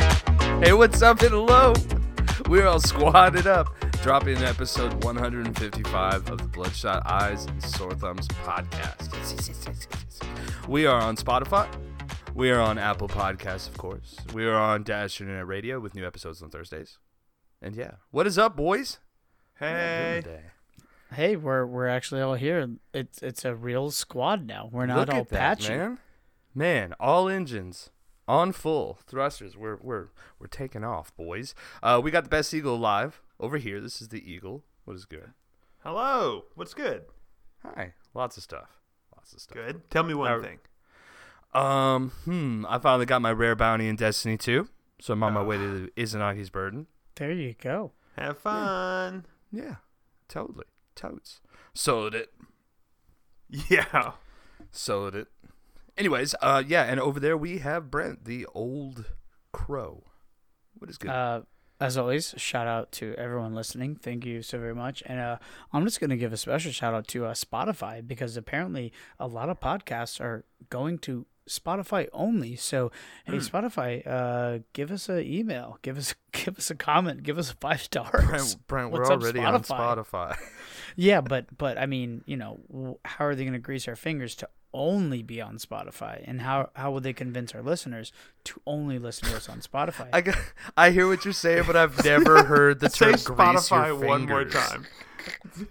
Hey, what's up? Hello. We're all squatted up, dropping episode 155 of the Bloodshot Eyes and Sore Thumbs podcast. Yes, yes, yes, yes, yes, yes. We are on Spotify. We are on Apple Podcasts, of course. We are on Dash Internet Radio with new episodes on Thursdays. And yeah, what is up, boys? Hey. Today. Hey, we're we're actually all here. It's it's a real squad now. We're not Look all at that, patchy. man. Man, all engines on full thrusters. We're we're we're taking off, boys. Uh, we got the best eagle alive over here. This is the eagle. What is good? Hello. What's good? Hi. Lots of stuff. Lots of stuff. Good. Tell me one Our- thing. Um. Hmm. I finally got my rare bounty in Destiny 2, so I'm on my way to the Izanagi's Burden. There you go. Have fun. Yeah. Totally. Totes. Sold it. Yeah. Sold it. Anyways. Uh. Yeah. And over there we have Brent, the old crow. What is good? Uh, as always, shout out to everyone listening. Thank you so very much. And uh, I'm just going to give a special shout out to uh, Spotify because apparently a lot of podcasts are going to Spotify only. So hey, Hmm. Spotify, uh, give us an email, give us give us a comment, give us five stars. Brent, Brent we're What's up, already on Spotify. Yeah, but but I mean, you know, w- how are they going to grease our fingers to only be on Spotify, and how how will they convince our listeners to only listen to us on Spotify? I, got- I hear what you're saying, but I've never heard the term Say grease your Spotify one more fingers. time.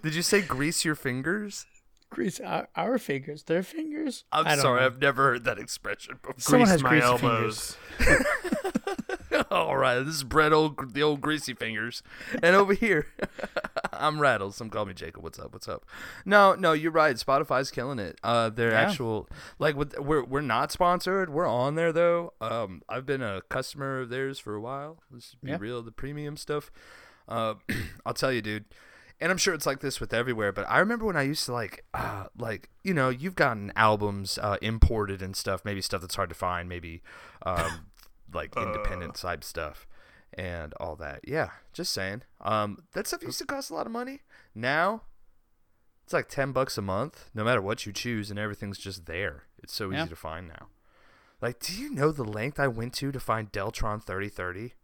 Did you say grease your fingers? grease our, our fingers, their fingers. I I'm don't sorry, know. I've never heard that expression before. Someone Grease has my greasy elbows. All right, this is Brett, old, the old greasy fingers, and over here, I'm Rattles. Some call me Jacob. What's up? What's up? No, no, you're right. Spotify's killing it. Uh, their Yeah. actual like with, we're we're not sponsored. We're on there though. Um, I've been a customer of theirs for a while. Let's be Yeah. real, the premium stuff. Uh, I'll tell you, dude. And I'm sure it's like this with everywhere, but I remember when I used to like, uh, like you know, you've gotten albums uh, imported and stuff, maybe stuff that's hard to find, maybe um, like independent type stuff and all that. Yeah, just saying. Um, that stuff used to cost a lot of money. Now it's like ten bucks a month, no matter what you choose, and everything's just there. It's so Yeah. easy to find now. Like, do you know the length I went to to find Deltron thirty thirty?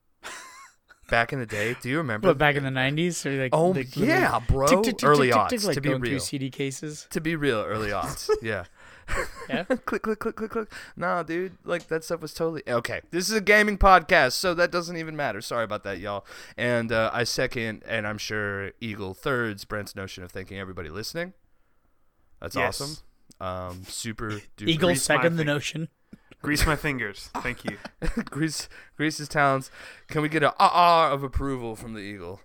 Back in the day, do you remember? But back in the '90s, or like Oh, like yeah, bro. literally tick, tick, tick, Early tick, tick, aughts, tick, like to be going real. through CD cases. to be real, early aughts. yeah. Yeah. click, click, click, click, click. Nah, dude, like that stuff was totally okay. This is a gaming podcast, so that doesn't even matter. Sorry about that, y'all. And uh, I second, and I'm sure Eagle thirds Brent's notion of thanking everybody listening. That's Yes. awesome. Um, super duper. Eagles grease my second the finger. notion. Grease my fingers. Thank you. Grease, Grease's talents. Can we get a ah of approval from the Eagle?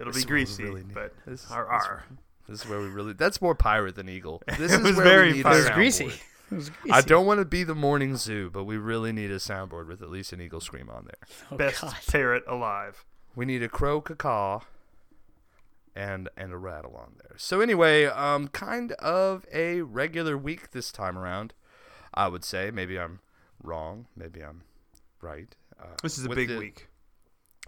It'll This is what we be greasy, really need. but This is- ar, this is- ar. This is where we really. That's more pirate than Eagle. This It is was where very we need a pirate. It was soundboard. greasy. It was greasy. I don't want to be the morning zoo, but we really need a soundboard with at least an eagle scream on there. Oh, best God. parrot alive. We need a crow cacaw and and a rattle on there. So anyway, um kind of a regular week this time around, I would say. Maybe I'm wrong, maybe I'm right. Uh, This is a with big the- week.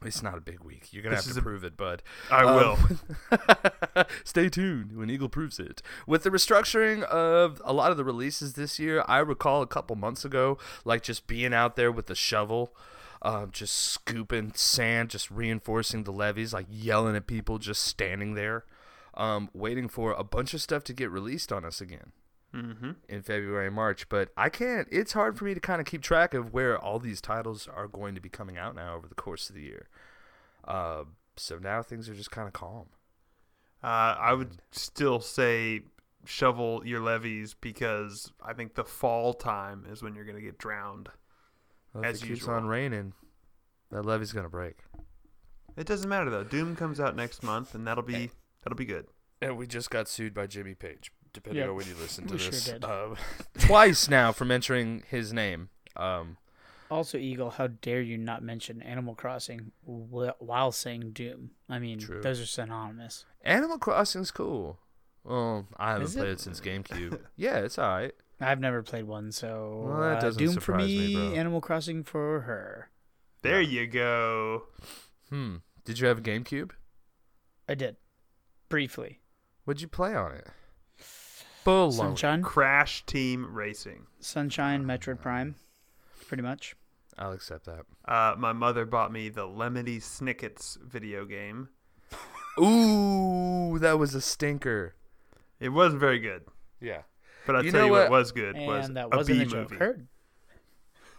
It's not a big week. You're gonna This have is to a- prove it, bud. I Um, will. Stay tuned when Eagle proves it. With the restructuring of a lot of the releases this year, I recall a couple months ago, like just being out there with the shovel, um, just scooping sand, just reinforcing the levees, like yelling at people, just standing there, um, waiting for a bunch of stuff to get released on us again Mm-hmm. in February and March, but I can't. It's hard for me to kind of keep track of where all these titles are going to be coming out now over the course of the year. Uh, so now things are just kind of calm. Uh, I would still say shovel your levees because I think the fall time is when you're going to get drowned. Well, As if it keeps usual. on raining, that levee's gonna break. It doesn't matter though. Doom comes out next month, and that'll be that'll be good. And we just got sued by Jimmy Page. Depending Yeah. on when you listen to We sure this, did. Uh, twice now for mentioning his name. Um, Also, Eagle, how dare you not mention Animal Crossing wh- while saying Doom? I mean, True. those are synonymous. Animal Crossing's cool. Well, I haven't Is played it? it? since GameCube. yeah, it's all right. I've never played one, so Well, that uh, doesn't Doom for surprise me, me, bro. Animal Crossing for her. There you go. Hmm. Did you have a GameCube? I did briefly. What'd you play on it? Baloney. Sunshine, Crash Team Racing. Sunshine, Metroid Prime, pretty much. I'll accept that. Uh, my mother bought me the Lemony Snicket's video game. Ooh, that was a stinker. It wasn't very good, Yeah. but I You tell know you what? what? was good was and that a wasn't B a joke. movie. Heard.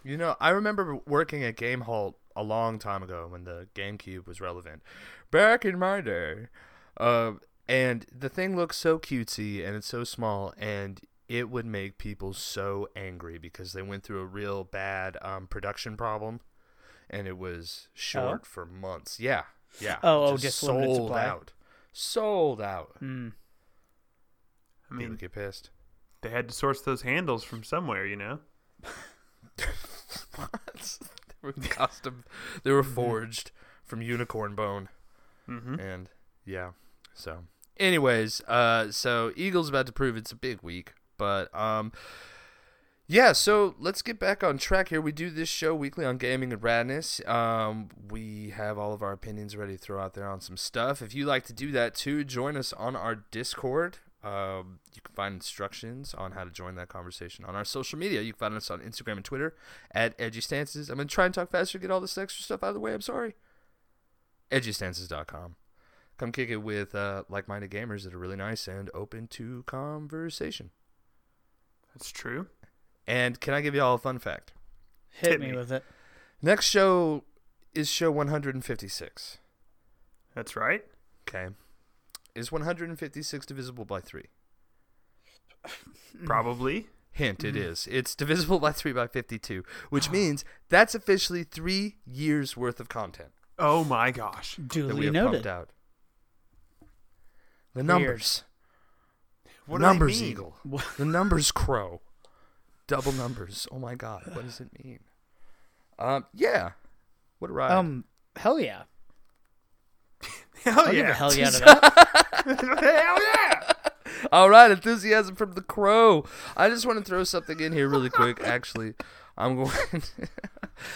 You know, I remember working at Game Halt a long time ago when the GameCube was relevant. Back in my day. Uh, and the thing looks so cutesy and it's so small and it would make people so angry because they went through a real bad um, production problem and it was short for months. Yeah. Yeah. Oh, oh, just limited sold supply? out. Sold out. Hmm. I People mean, get pissed. they had to source those handles from somewhere, you know. What? they were custom. They were Mm-hmm. forged from unicorn bone. Mm-hmm. And yeah. So, anyways, uh, so Eagles about to prove it's a big week, but um, yeah. So let's get back on track here. We do this show weekly on gaming and radness. Um, we have all of our opinions ready to throw out there on some stuff. If you like to do that too, join us on our Discord. Um, you can find instructions on how to join that conversation on our social media. You can find us on Instagram and Twitter at Edgy Stances. I'm gonna try and talk faster, get all this extra stuff out of the way. I'm sorry. EdgyStances.com come kick it with uh, like-minded gamers that are really nice and open to conversation. That's true. And can I give you all a fun fact? Hit, Hit me, me. with it. Next show is show 156. That's right. Okay, is 156 divisible by three? Probably. Hint: Mm-hmm. It is. It's divisible by three by 52, which means that's officially three years worth of content Oh my gosh. that Duly we have noted. pumped out. The numbers, What do they numbers, mean? eagle, the numbers, crow, double numbers. Oh my god, what does it mean? Um, yeah, what a ride. Um, hell yeah. Oh, Hell I'll give a yeah. Oh, hell yeah to that. Hell yeah. All right, enthusiasm from the crow. I just want to throw something in here really quick. Actually, I'm going.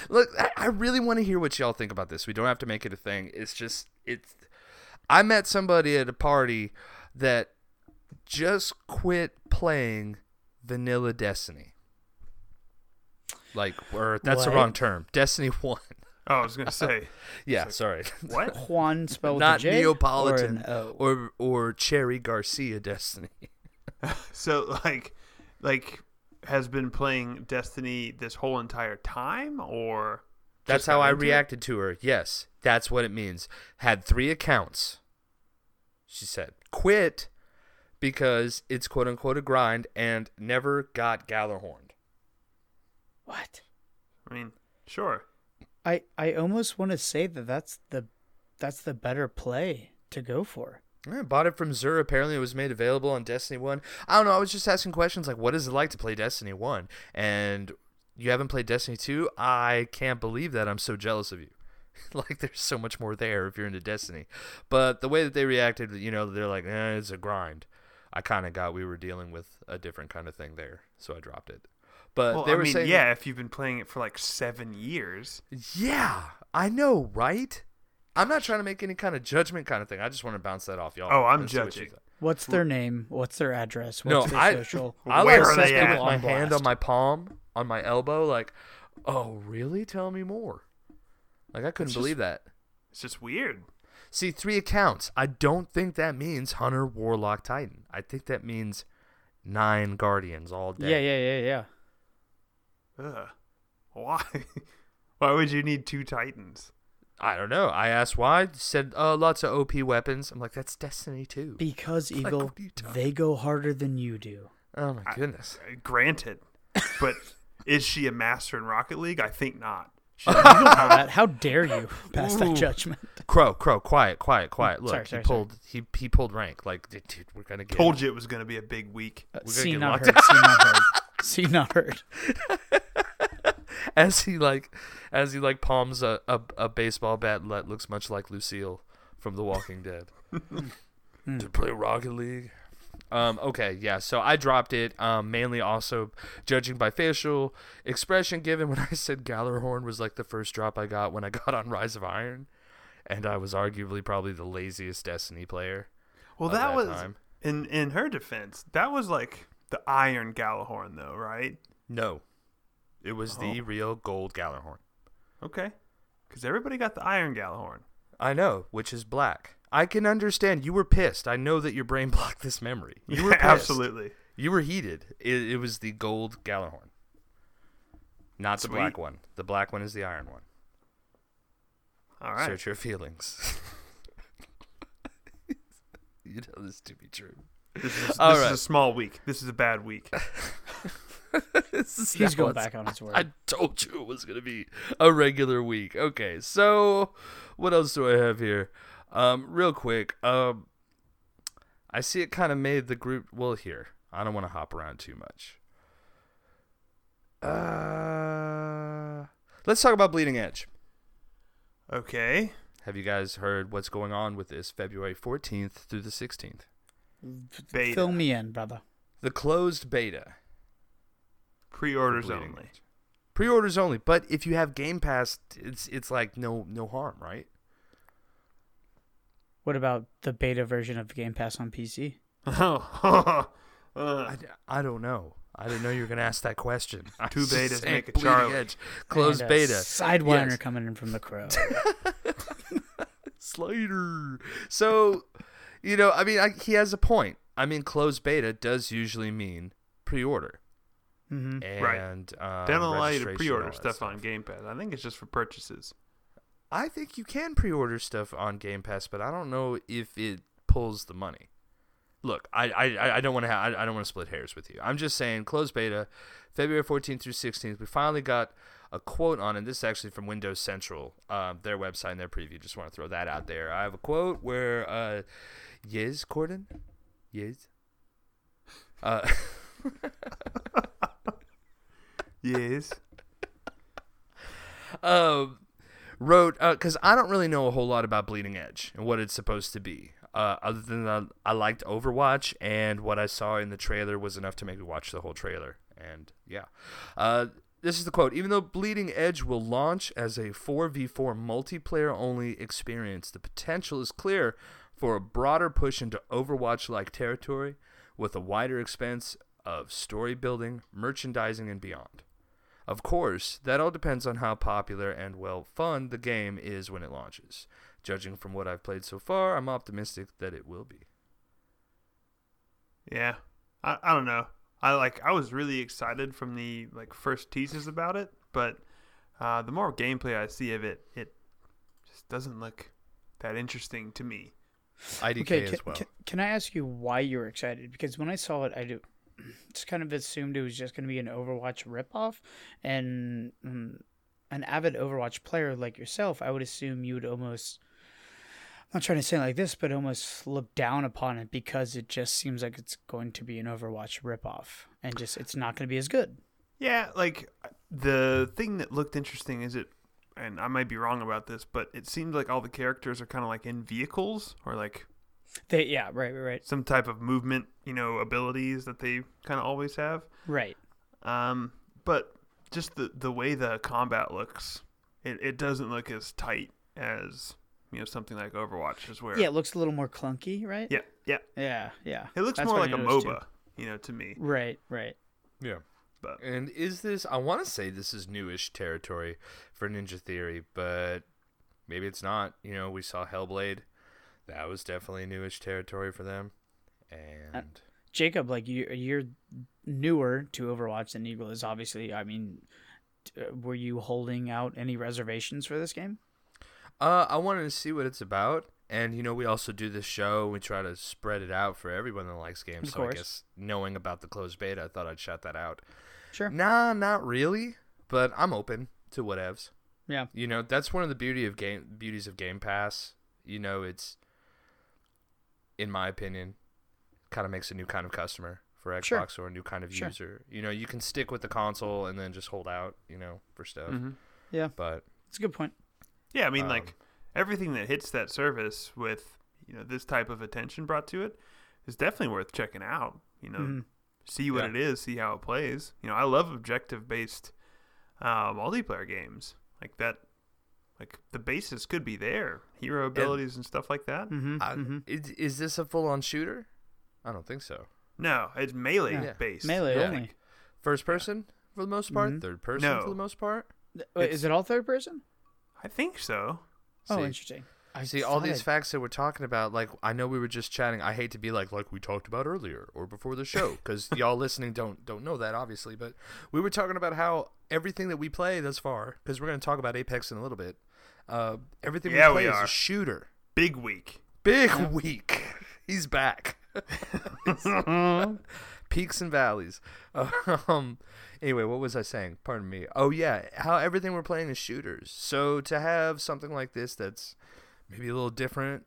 Look, I- I really want to hear what y'all think about this. We don't have to make it a thing. It's just it's. I met somebody at a party that just quit playing Vanilla Destiny. Like, or that's the What? wrong term. Destiny One. Oh, I was gonna say Yeah, sorry. what? Juan spelled with a Not J Neapolitan Or an O. or or Cherry Garcia Destiny. So like, like has been playing Destiny this whole entire time, or That's just how got I into it? reacted to her. Yes, that's what it means. Had three accounts. She said, quit because it's quote unquote a grind and never got Gallerhorned. What? I mean, sure. I I almost want to say that that's the that's the better play to go for. Yeah, bought it from Zur. Apparently, it was made available on Destiny 1. I don't know. I was just asking questions like, what is it like to play Destiny 1? And you haven't played Destiny 2? I can't believe that. I'm so jealous of you. like, there's so much more there if you're into Destiny. But the way that they reacted, you know, they're like, eh, it's a grind. I kind of got we were dealing with a different kind of thing there. So I dropped it. But well, Uh, they I were mean, saying, yeah, if you've been playing it for like seven years, Yeah, I know, right? I'm not trying to make any kind of judgment kind of thing. I just want to bounce that off y'all. Oh, I'm Let's see what you judging. think. What's their name? What's their address? No, What's their I, social? I like Where are set they people at? with my hand on blast. my palm, on my elbow, like, oh, really? Tell me more. Like, I couldn't It's just- believe that. it's just weird. See, three accounts. I don't think that means Hunter, Warlock, Titan. I think that means nine Guardians all day. Yeah, yeah, yeah, yeah. Ugh. Why? Why would you need two Titans? I don't know. I asked why. Said, uh, lots of OP weapons. I'm like, that's Destiny 2. Because Like, Eagle, what are you talking- they go harder than you do. oh, my I- goodness. Uh, Granted, but is she a master in Rocket League? I think not. She's not. Pat, how dare you pass Ah. Ooh. that judgment? Crow, Crow, quiet, quiet, quiet. Look, Sorry, he sorry, sorry. pulled. He he pulled rank. Like, dude, dude, we're gonna get. Told you it was going to be a big week. Uh, gonna see get locked not heard. See not heard. See not heard. as he like as he like palms a, a, a baseball bat that looks much like Lucille from The Walking Dead. to play Rocket League. Um, okay, yeah. So I dropped it. Um, mainly also judging by facial expression given when I said Gallerhorn was like the first drop I got when I got on Rise of Iron, and I was arguably probably the laziest Destiny player. Well, Of that that was time. in in her defense. That was like the Iron Galahorn, though, right? Oh. No, it was the real gold Gallerhorn. Okay. Because everybody got the Iron Gallahorn. I know, which is black. I can understand. You were pissed. I know that your brain blocked this memory. You were Yeah, pissed. absolutely. You were heated. It, it was the gold Gallahorn, not the black Sweet. one. The black one is the iron one. All right. Search your feelings. you know this to be true. This, is, All this is right. a small week. This is a bad week. This is He's how going it's- back on his word. I told you it was going to be a regular week. Okay, so what else do I have here? Um, real quick, um, I see it kind of made the group. Well, here, I don't want to hop around too much. Uh, let's talk about Bleeding Edge. Okay. Have you guys heard what's going on with this February 14th through the 16th? Beta. Fill me in, brother. The closed beta. for Pre-orders Bleeding only. Edge. Pre-orders only, but if you have Game Pass, it's it's like no no harm, right? What about the beta version of Game Pass on PC? Oh. Uh, I, d- I don't know. I didn't know you were going to ask that question. I'm Two just betas saying, make a bleeding Charlie. edge. Closed And a beta. Sidewinder Yes. coming in from the crow. Slater. So, you know, I mean, I, he has a point. I mean, closed beta does usually mean pre-order. hmm Right. And um, they don't allow you to registration and all pre-order that stuff on Game Pass. I think it's just for purchases. I think you can pre-order stuff on Game Pass, but I don't know if it pulls the money. Look, I I, I- I don't want to ha- I, I don't want to split hairs with you. I'm just saying closed beta, February 14th through 16th. We finally got a quote on, and this is actually from Windows Central, um, their website and their preview. Just want to throw that out there. I have a quote where, uh, Yes Corden, Yes. Uh, Yes. um, wrote because I don't really know a whole lot about Bleeding Edge and what it's supposed to be. Uh, other than I, I liked Overwatch and what I saw in the trailer was enough to make me watch the whole trailer. And yeah, uh, this is the quote: "Even though Bleeding Edge will launch as a 4v4 multiplayer-only experience, the potential is clear for a broader push into Overwatch-like territory with a wider expanse of story building, merchandising, and beyond." Of course, that all depends on how popular and well fun the game is when it launches. Judging from what I've played so far, I'm optimistic that it will be. Yeah. I, I don't know. I like I was really excited from the like first teases about it, but uh, the more gameplay I see of it, it just doesn't look that interesting to me. IDK Okay, can, as well. can, can I ask you why you're excited? Because when I saw it, I do just kind of assumed it was just going to be an Overwatch ripoff, and mm, an avid Overwatch player like yourself, I would assume you would almost. I'm not trying to say it like this, but almost look down upon it because it just seems like it's going to be an Overwatch ripoff, and just it's not going to be as good. Yeah, like the thing that looked interesting is it, and I might be wrong about this, but it seems like all the characters are kind of like in vehicles or like They, yeah, right, right, right, some type of movement, you know, abilities that they kind of always have. right. Um, but just the the way the combat looks, it, it doesn't look as tight as you know something like Overwatch is where. Yeah, it looks a little more clunky, right? yeah, yeah. yeah, yeah. It looks That's more what I like a noticed, too. MOBA, you know, to me. Right, right. yeah. But And is this, I want to say this is newish territory for Ninja Theory, but maybe it's not. You know, we saw Hellblade. That was definitely newish territory for them. Uh, And Jacob, like you, you're newer to Overwatch than Eagle is. Obviously, I mean, t- uh, were you holding out any reservations for this game? uh, I wanted to see what it's about. And, you know, we also do this show. We try to spread it out for everyone that likes games. Of so course. I guess knowing about the closed beta, I thought I'd shout that out. Sure. Nah, not really. But I'm open to whatevs. Mm-hmm. Yeah. You know, that's one of the beauty of game beauties of Game Pass. You know, it's in my opinion, kind of makes a new kind of customer for Sure. Xbox or a new kind of Sure. user. You know, you can stick with the console and then just hold out, you know, for stuff. Mm-hmm. Mhm. Yeah, But it's a good point. yeah, I mean, Um, like everything that hits that service with you know this type of attention brought to it is definitely worth checking out. You know, Mhm. see what Yeah. it is, see how it plays. You know, I love objective based uh, multiplayer games like that. Like the basis could be there, hero abilities and stuff like that. Mhm, I, mhm. is, is this a full-on shooter? I don't think so. No, it's melee Yeah. based. Melee yeah. only. First person for the most part, Mhm. third person No. for the most part. Th- wait, It's- is it all third person? I think so. Oh, See. interesting. I See all these thought facts that we're talking about. Like I know we were just chatting. I hate to be like like we talked about earlier or before the show because y'all listening don't don't know that obviously. But we were talking about how everything that we play thus far because we're going to talk about Apex in a little bit. Uh, everything Yeah, we play we is are. a shooter. Big week. Big week. He's back. Oh. Peaks and valleys. Um, anyway, what was I saying? Pardon me. Oh yeah, how everything we're playing is shooters. So to have something like this that's maybe a little different.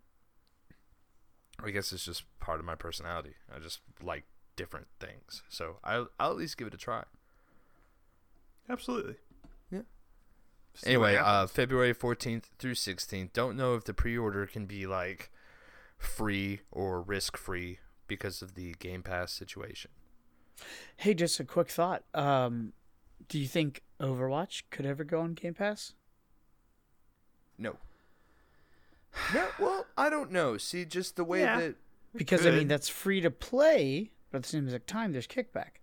I guess it's just part of my personality. I just like different things. So I I'll at least give it a try. Absolutely. Yeah. See what Anyway, happens. uh, February 14th through 16th. Don't know if the pre order can be like free or risk free because of the Game Pass situation. Hey, just a quick thought. Um, do you think Overwatch could ever go on Game Pass? No. No, well, I don't know. See, just the way Yeah. that. Because I mean, could. that's free to play, but at the same exact time, there's kickback.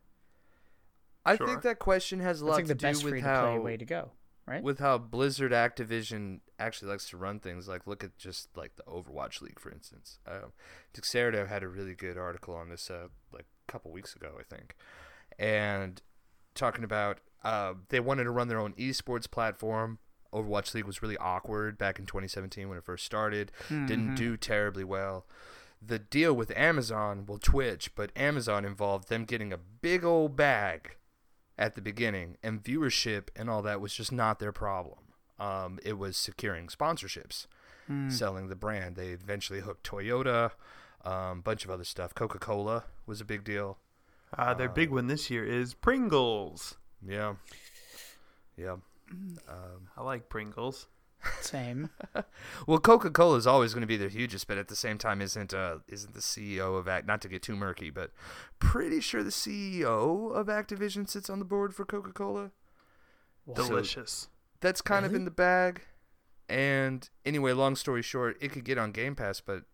I Sure. think that question has a That's lot like to the best do with free to play how way to go, right? with how Blizzard Activision actually likes to run things. Like, look at just like the Overwatch League, for instance. Um, Dixerdo had a really good article on this uh, like a couple weeks ago, I think, and talking about uh, they wanted to run their own esports platform. Overwatch League was really awkward back in 2017 when it first started. Didn't do terribly well. The deal with Amazon, well, Twitch, but Amazon involved them getting a big old bag at the beginning, and viewership and all that was just not their problem. Um, it was securing sponsorships, selling the brand. They eventually hooked Toyota, a bunch of other stuff. Coca Cola was a big deal. Uh, their big one this year is Pringles. Yeah. Yeah. I like Pringles. Same. Well, Coca Cola is always going to be their hugest, but at the same time, isn't uh, isn't the CEO of Act? Not to get too murky, but pretty sure the CEO of Activision sits on the board for Coca Cola. Delicious. that's kind of Really? in the bag. And anyway, long story short, it could get on Game Pass, but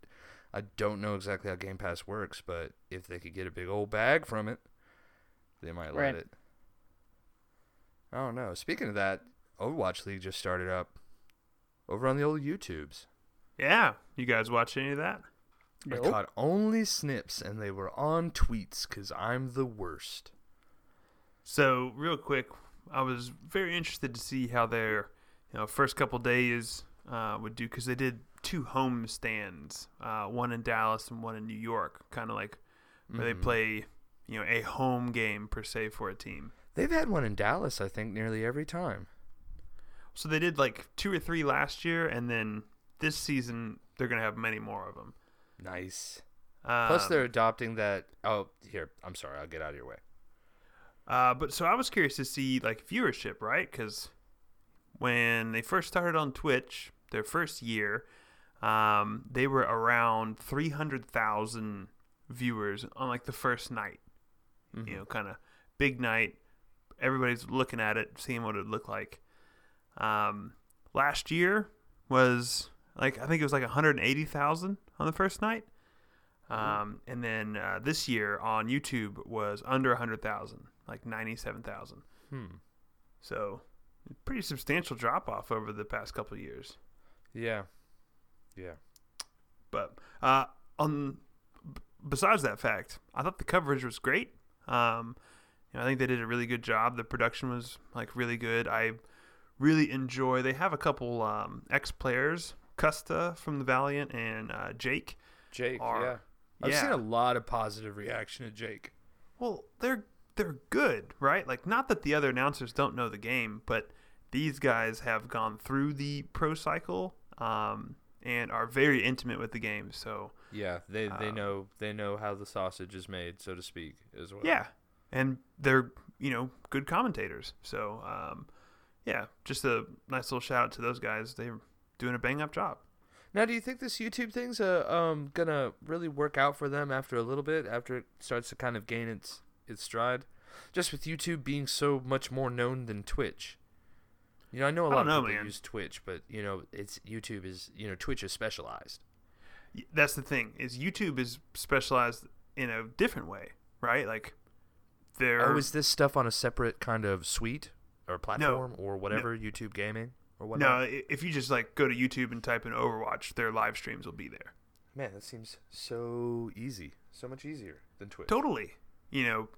I don't know exactly how Game Pass works. But if they could get a big old bag from it, they might let Right. it. I don't know. Speaking of that, Overwatch League just started up over on the old YouTubes. Yeah. You guys watch any of that? I Nope. caught only snips, and they were on tweets because I'm the worst. So real quick, I was very interested to see how their you know first couple days uh, would do because they did two home stands, uh, one in Dallas and one in New York, kind of like where Mm-hmm. they play you know a home game per se for a team. They've had one in Dallas, I think, nearly every time. So they did like two or three last year, and then this season they're gonna have many more of them. Nice. Um, Plus, they're adopting that. Oh, here. I'm sorry. I'll get out of your way. Uh, but so I was curious to see like viewership, right? Because when they first started on Twitch, their first year, um, they were around three hundred thousand viewers on like the first night. You know, kind of big night. Everybody's looking at it, seeing what it looked like. Um, last year was like I think it was like one hundred eighty thousand on the first night. Um, and then uh, this year on YouTube was under 100,000, like 97,000. Hmm. So pretty substantial drop off over the past couple of years. Yeah. Yeah. But uh, on b- besides that fact, I thought the coverage was great. Um, you know, I think they did a really good job. The production was like really good. I really enjoy. They have a couple um, ex players, Custa from the Valiant and uh, Jake. Jake. Are- yeah. I've seen a yeah. lot of positive reaction to Jake. Well, they're they're good, right? Like not that the other announcers don't know the game, but these guys have gone through the pro cycle um, and are very intimate with the game. So Yeah, they they Uh, know they know how the sausage is made, so to speak, as well. yeah, and they're you know good commentators. So um, yeah, just a nice little shout out to those guys. They're doing a bang up job. Now, do you think this YouTube thing's uh, um gonna really work out for them after a little bit, after it starts to kind of gain its its stride, just with YouTube being so much more known than Twitch? You know, I know a I lot don't know, of people man. use Twitch, but you know, it's YouTube is you know Twitch is specialized. Y- That's the thing is YouTube is specialized in a different way, right? Like they're Oh, is this stuff on a separate kind of suite or platform or whatever YouTube gaming? or what? No, i- if you just like go to YouTube and type in Overwatch, their live streams will be there. man, that seems so easy, so much easier than Twitch. Totally. You know,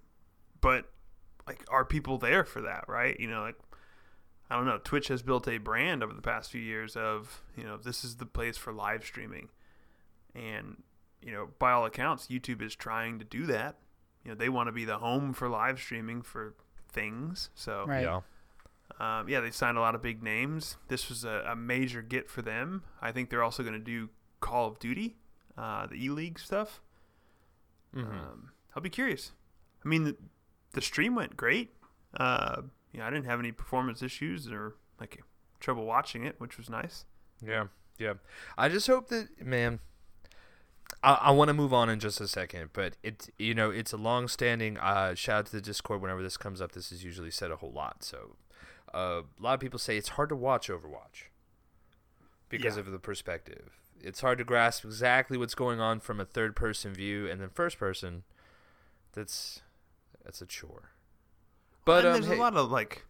but like are people there for that, right? You know, like I don't know, Twitch has built a brand over the past few years of, you know, this is the place for live streaming. And you know, by all accounts, YouTube is trying to do that. You know, they want to be the home for live streaming for things. So Right. Yeah. Um, yeah, they signed a lot of big names. This was a, a major get for them. I think they're also going to do Call of Duty, uh, the E League stuff. Mm-hmm. Um, I'll be curious. I mean, the, the stream went great. Uh, you know, I didn't have any performance issues or like trouble watching it, which was nice. Yeah, yeah. I just hope that man. I, I want to move on in just a second, but it's you know it's a long-standing uh, shout out to the Discord. Whenever this comes up, this is usually said a whole lot. So uh, a lot of people say it's hard to watch Overwatch because Yeah. of the perspective. It's hard to grasp exactly what's going on from a third-person view and then first-person. That's that's a chore. But and um, there's hey, a lot of like,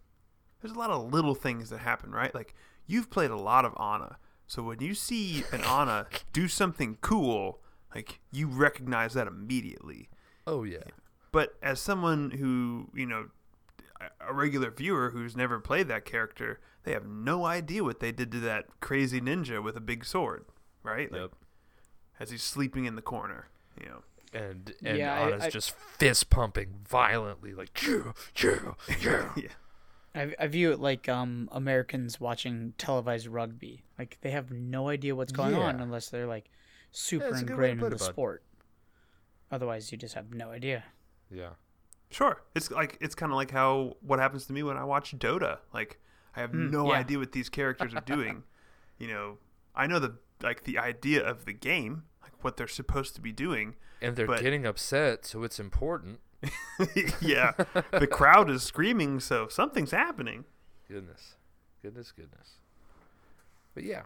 there's a lot of little things that happen, right? Like you've played a lot of Ana, so when you see an Ana do something cool, like you recognize that immediately. oh yeah, But as someone who, you know, a a regular viewer who's never played that character, they have no idea what they did to that crazy ninja with a big sword, right? Like, yep. As he's sleeping in the corner, you know. and and Yeah, I- Anna's I- just fist pumping violently, like yeah, yeah, yeah. Yeah. I, I view it like um, Americans watching televised rugby. Like they have no idea what's going on Yeah. unless they're like super Yeah, it's a good way to ingrained put in it, the bud. sport. Otherwise, you just have no idea. yeah. Sure. It's like it's kind of like how what happens to me when I watch Dota. Like I have Hmm, Mm, no yeah. idea what these characters are doing. you know, I know the like the idea of the game, like what they're supposed to be doing, And they're But- getting upset, so it's important. yeah, the crowd is screaming, so something's happening. Goodness, goodness, goodness. But yeah,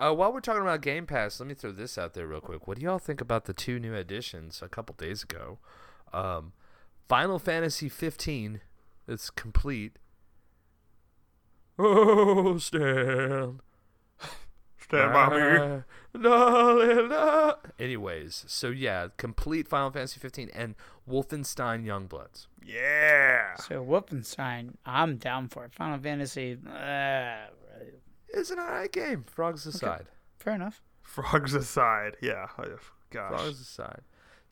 uh, while we're talking about Game Pass, let me throw this out there real quick. What do y'all think about the two new additions a couple days ago? Um, Final Fantasy 15 that's complete. Oh, Stan. Stand by me. Ah, la, la, la. Anyways, so yeah, complete Final Fantasy 15 and Wolfenstein Youngbloods. Ah. Yeah. So Wolfenstein, I'm down for it. Final Fantasy, uh, It's an alright game. Frogs aside. fair enough. Frogs aside. Yeah. I- Gosh. Frogs aside.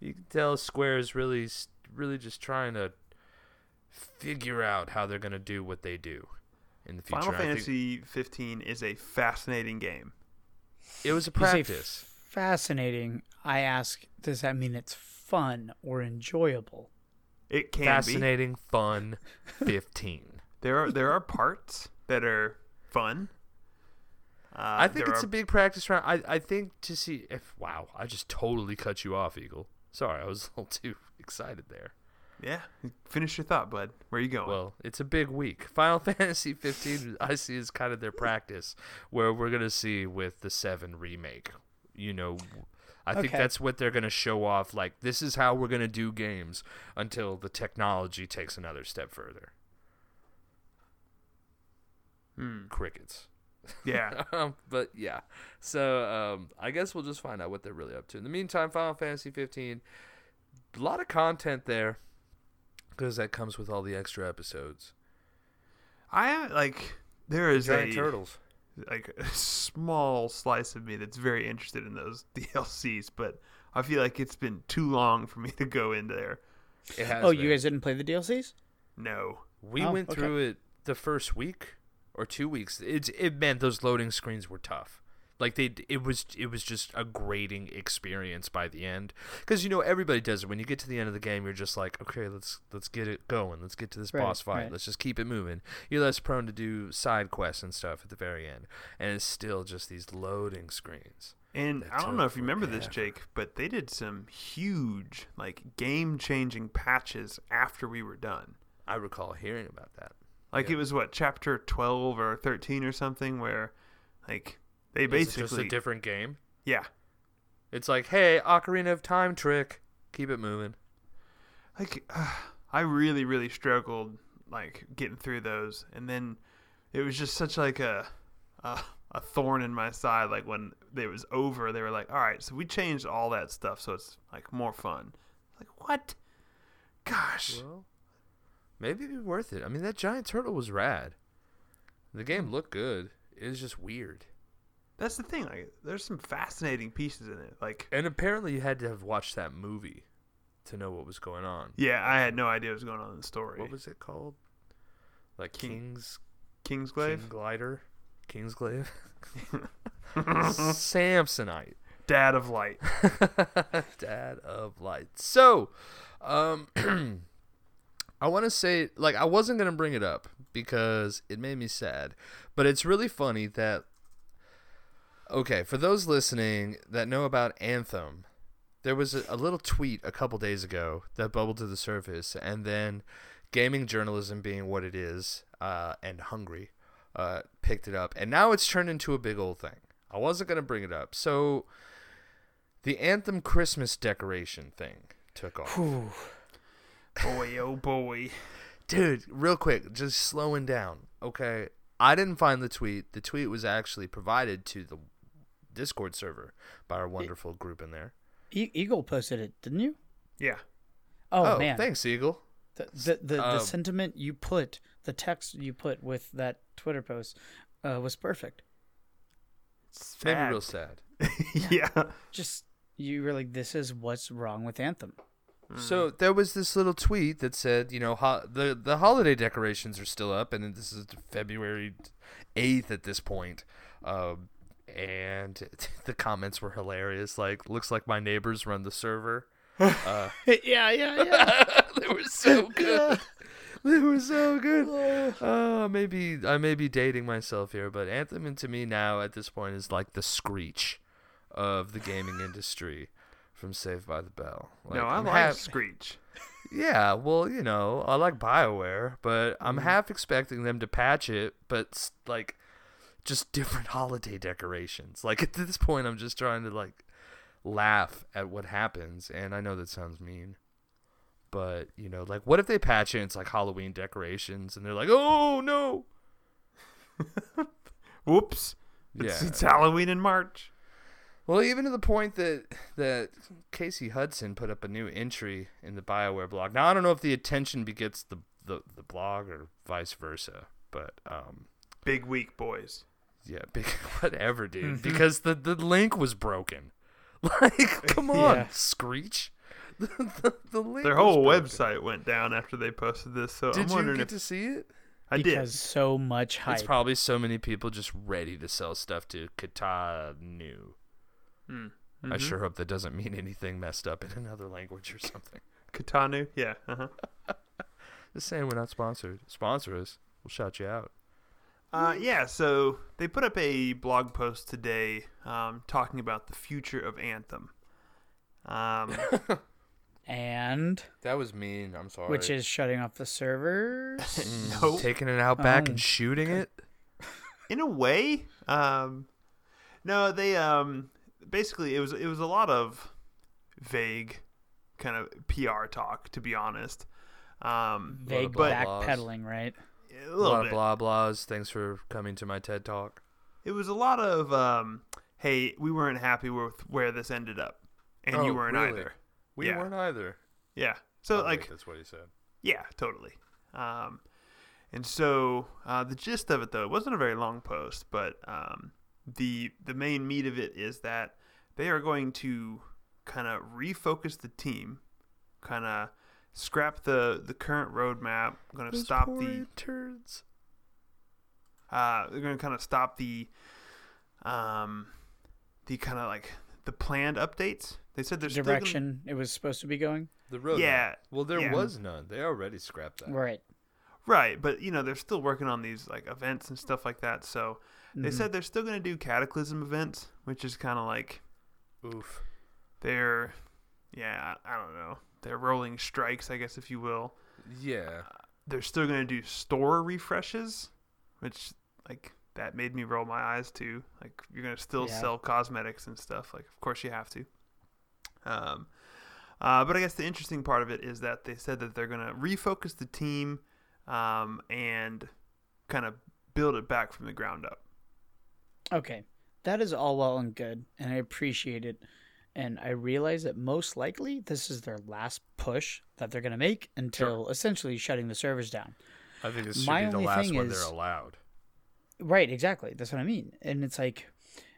You can tell Square is really, s- really just trying to figure out how they're gonna do what they do in the future. Final I think Fantasy 15 is a fascinating game. it was a You say practice. fascinating. I ask, does that mean it's fun or enjoyable? It can be. Fascinating, fun, 15. There are there are parts that are fun. Uh, I think there it's are- a big practice round. I, I think to see if wow, I just totally cut you off, Eagle. Sorry, I was a little too excited there. yeah. Finish your thought, bud. Where you going? Well, it's a big week. Final Fantasy 15, I see, is kind of their practice where we're gonna see with the Seven remake. You know, I think Okay. that's what they're gonna show off. Like this is how we're gonna do games until the technology takes another step further. Hmm. Crickets. yeah. um, but yeah, so um, I guess we'll just find out what they're really up to. In the meantime, Final Fantasy 15, a lot of content there because that comes with all the extra episodes. I uh, like there is a Giant turtles. like a small slice of me that's very interested in those DLCs, but I feel like it's been too long for me to go in there. It has oh, been. you guys didn't play the DLCs? No. We Oh, went okay. through it the first week or two weeks. It's it man, those loading screens were tough. Like they, it was it was just a grating experience by the end. Because you know everybody does it. When you get to the end of the game, you're just like, okay, let's let's get it going. Let's get to this Right, boss fight. right. Let's just keep it moving. You're less prone to do side quests and stuff at the very end. And it's still just these loading screens. And That I don't know took if you remember this, forever. Jake, but they did some huge, like, game changing patches after we were done. I recall hearing about that. Like, Yeah. it was what, chapter 12 or 13 or something, where, like, they Is it basically. just a different game. yeah. It's like, hey, Ocarina of Time trick. Keep it moving. like uh, I really really struggled like getting through those and then it was just such like a uh, a thorn in my side. Like when it was over, they were like, "All right, so we changed all that stuff, so it's like more fun." Like what? Gosh, Well, maybe it'd be worth it. I mean, that giant turtle was rad. The game looked good. It was just weird. that's the thing. Like, there's some fascinating pieces in it. Like, And apparently, you had to have watched that movie to know what was going on. yeah, I had no idea what was going on in the story. What was it called? Like King- King's Kingsglaive? King Glider, Kingsglaive, Samsonite. Dad of Light. Dad of lights. So, um, I want to say, like, I wasn't going to bring it up because it made me sad, but it's really funny that, okay, for those listening that know about Anthem, there was a, a little tweet a couple days ago that bubbled to the surface, and then gaming journalism being what it is uh, and hungry uh, picked it up, and now it's turned into a big old thing. I wasn't going to bring it up. So, the Anthem Christmas decoration thing took off. Whew. Boy, oh boy. Dude, real quick, just slowing down. Okay. I didn't find the tweet. The tweet was actually provided to the Discord server by our wonderful group in there. E- Eagle posted it, didn't you? Yeah. Oh, man, thanks, Eagle. the the, the, the Um, sentiment you put, the text you put with that Twitter post, uh, was perfect. It's Made me sad. real sad. yeah. Just you were like, this is what's wrong with Anthem. Hmm. So there was this little tweet that said, you know, ho- the the holiday decorations are still up, and this is February eighth at this point. Um, and the comments were hilarious. Like, looks like my neighbors run the server. yeah, yeah, yeah. they were so good. They were so good. Oh, maybe I may be dating myself here, but Anthem and to me now at this point is like the screech of the gaming industry from Saved by the Bell. Like, no, I I'm like half- Screech. yeah, well, you know, I like BioWare, but I'm half expecting them to patch it, but s- like just different holiday decorations. Like at this point I'm just trying to like laugh at what happens, and I know that sounds mean. But, you know, like what if they patch it and it's like Halloween decorations and they're like, "Oh, no." Whoops. It's, Yeah. it's Halloween in March. Well, even to the point that that Casey Hudson put up a new entry in the Bioware blog. Now I don't know if the attention begets the the, the blog or vice versa, but um, Big week, boys. yeah, big, whatever, dude. Mm-hmm. Because the the link was broken. Like, come on, Yeah. Screech. The, the, the link. Their was whole broken. website went down after they posted this, so I'm Did you wondering get if to see it? I because did. so much It's hype. probably so many people just ready to sell stuff to Katanu. Hmm. Mm-hmm. Mm-hmm. I sure hope that doesn't mean anything messed up in another language or something. Katanu, yeah. Uh-huh. Just saying we're not sponsored. Sponsor us. We'll shout you out. Uh, Hmm. yeah, so they put up a blog post today um, talking about the future of Anthem. Um, and That was mean. I'm sorry. which is shutting off the servers. no, Mm, taking it out back Oh. and shooting it. in a way um no they um basically it was it was a lot of vague kind of pr talk to be honest um Vague blah blahs. backpedaling, right? A a little lot of bit blah blahs. Thanks for coming to my TED talk. it was a lot of um hey we weren't happy with where this ended up and you Oh, weren't really? either We Yeah. weren't either. yeah so like that's what he said. Yeah, totally. Um, and so uh, the gist of it, though, it wasn't a very long post, but um, the the main meat of it is that they are going to kind of refocus the team, kind of scrap the the current roadmap, going to stop the turds. uh, they're going to kind of stop the um, the kind of like the planned updates. They said there's Direction it was supposed to be going. The road. Yeah, Well, there yeah. was none. They already scrapped that. Right. Right, but you know they're still working on these like events and stuff like that. So they Mhm. said they're still going to do cataclysm events, which is kind of like Oof. they're, yeah, I I don't know, they're rolling strikes, I guess if you will. Uh, Yeah. They're still going to do store refreshes, which like that made me roll my eyes too. Like you're going to still Yeah. sell cosmetics and stuff. Like of course you have to. Um, uh, but I guess the interesting part of it is that they said that they're going to refocus the team um, and kind of build it back from the ground up. Okay. That is all well and good, and I appreciate it. And I realize that most likely this is their last push that they're going to make until essentially shutting the servers down. I think this should My be the only last thing one is- they're allowed. Right, exactly. That's what I mean. And it's like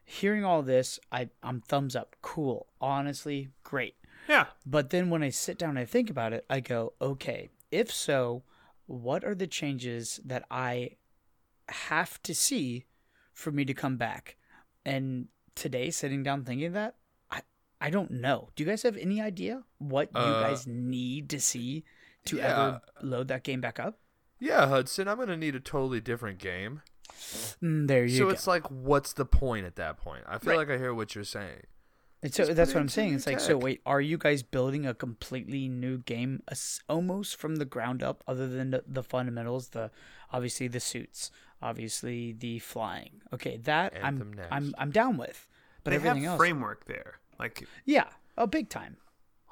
hearing all this, I I'm thumbs up. Cool. Honestly, great. Yeah. But then when I sit down and I think about it, I go, okay, if so, what are the changes that I have to see for me to come back? And today, sitting down thinking that, I, I don't know. Do you guys have any idea what you Uh, guys need to see to ever load that game back up? Yeah, Hudson, I'm gonna need a totally different game. Mm, there you So go. it's like, what's the point at that point? I feel Right. like I hear what you're saying. And so Just that's put what it I'm into saying. new It's like, so tech. wait, are you guys building a completely new game as- almost from the ground up, other than the, the fundamentals, the obviously the suits, obviously the flying. Okay, that I'm Anthem I'm next. I'm down with, but they everything have else, framework there. Like yeah, oh, big time.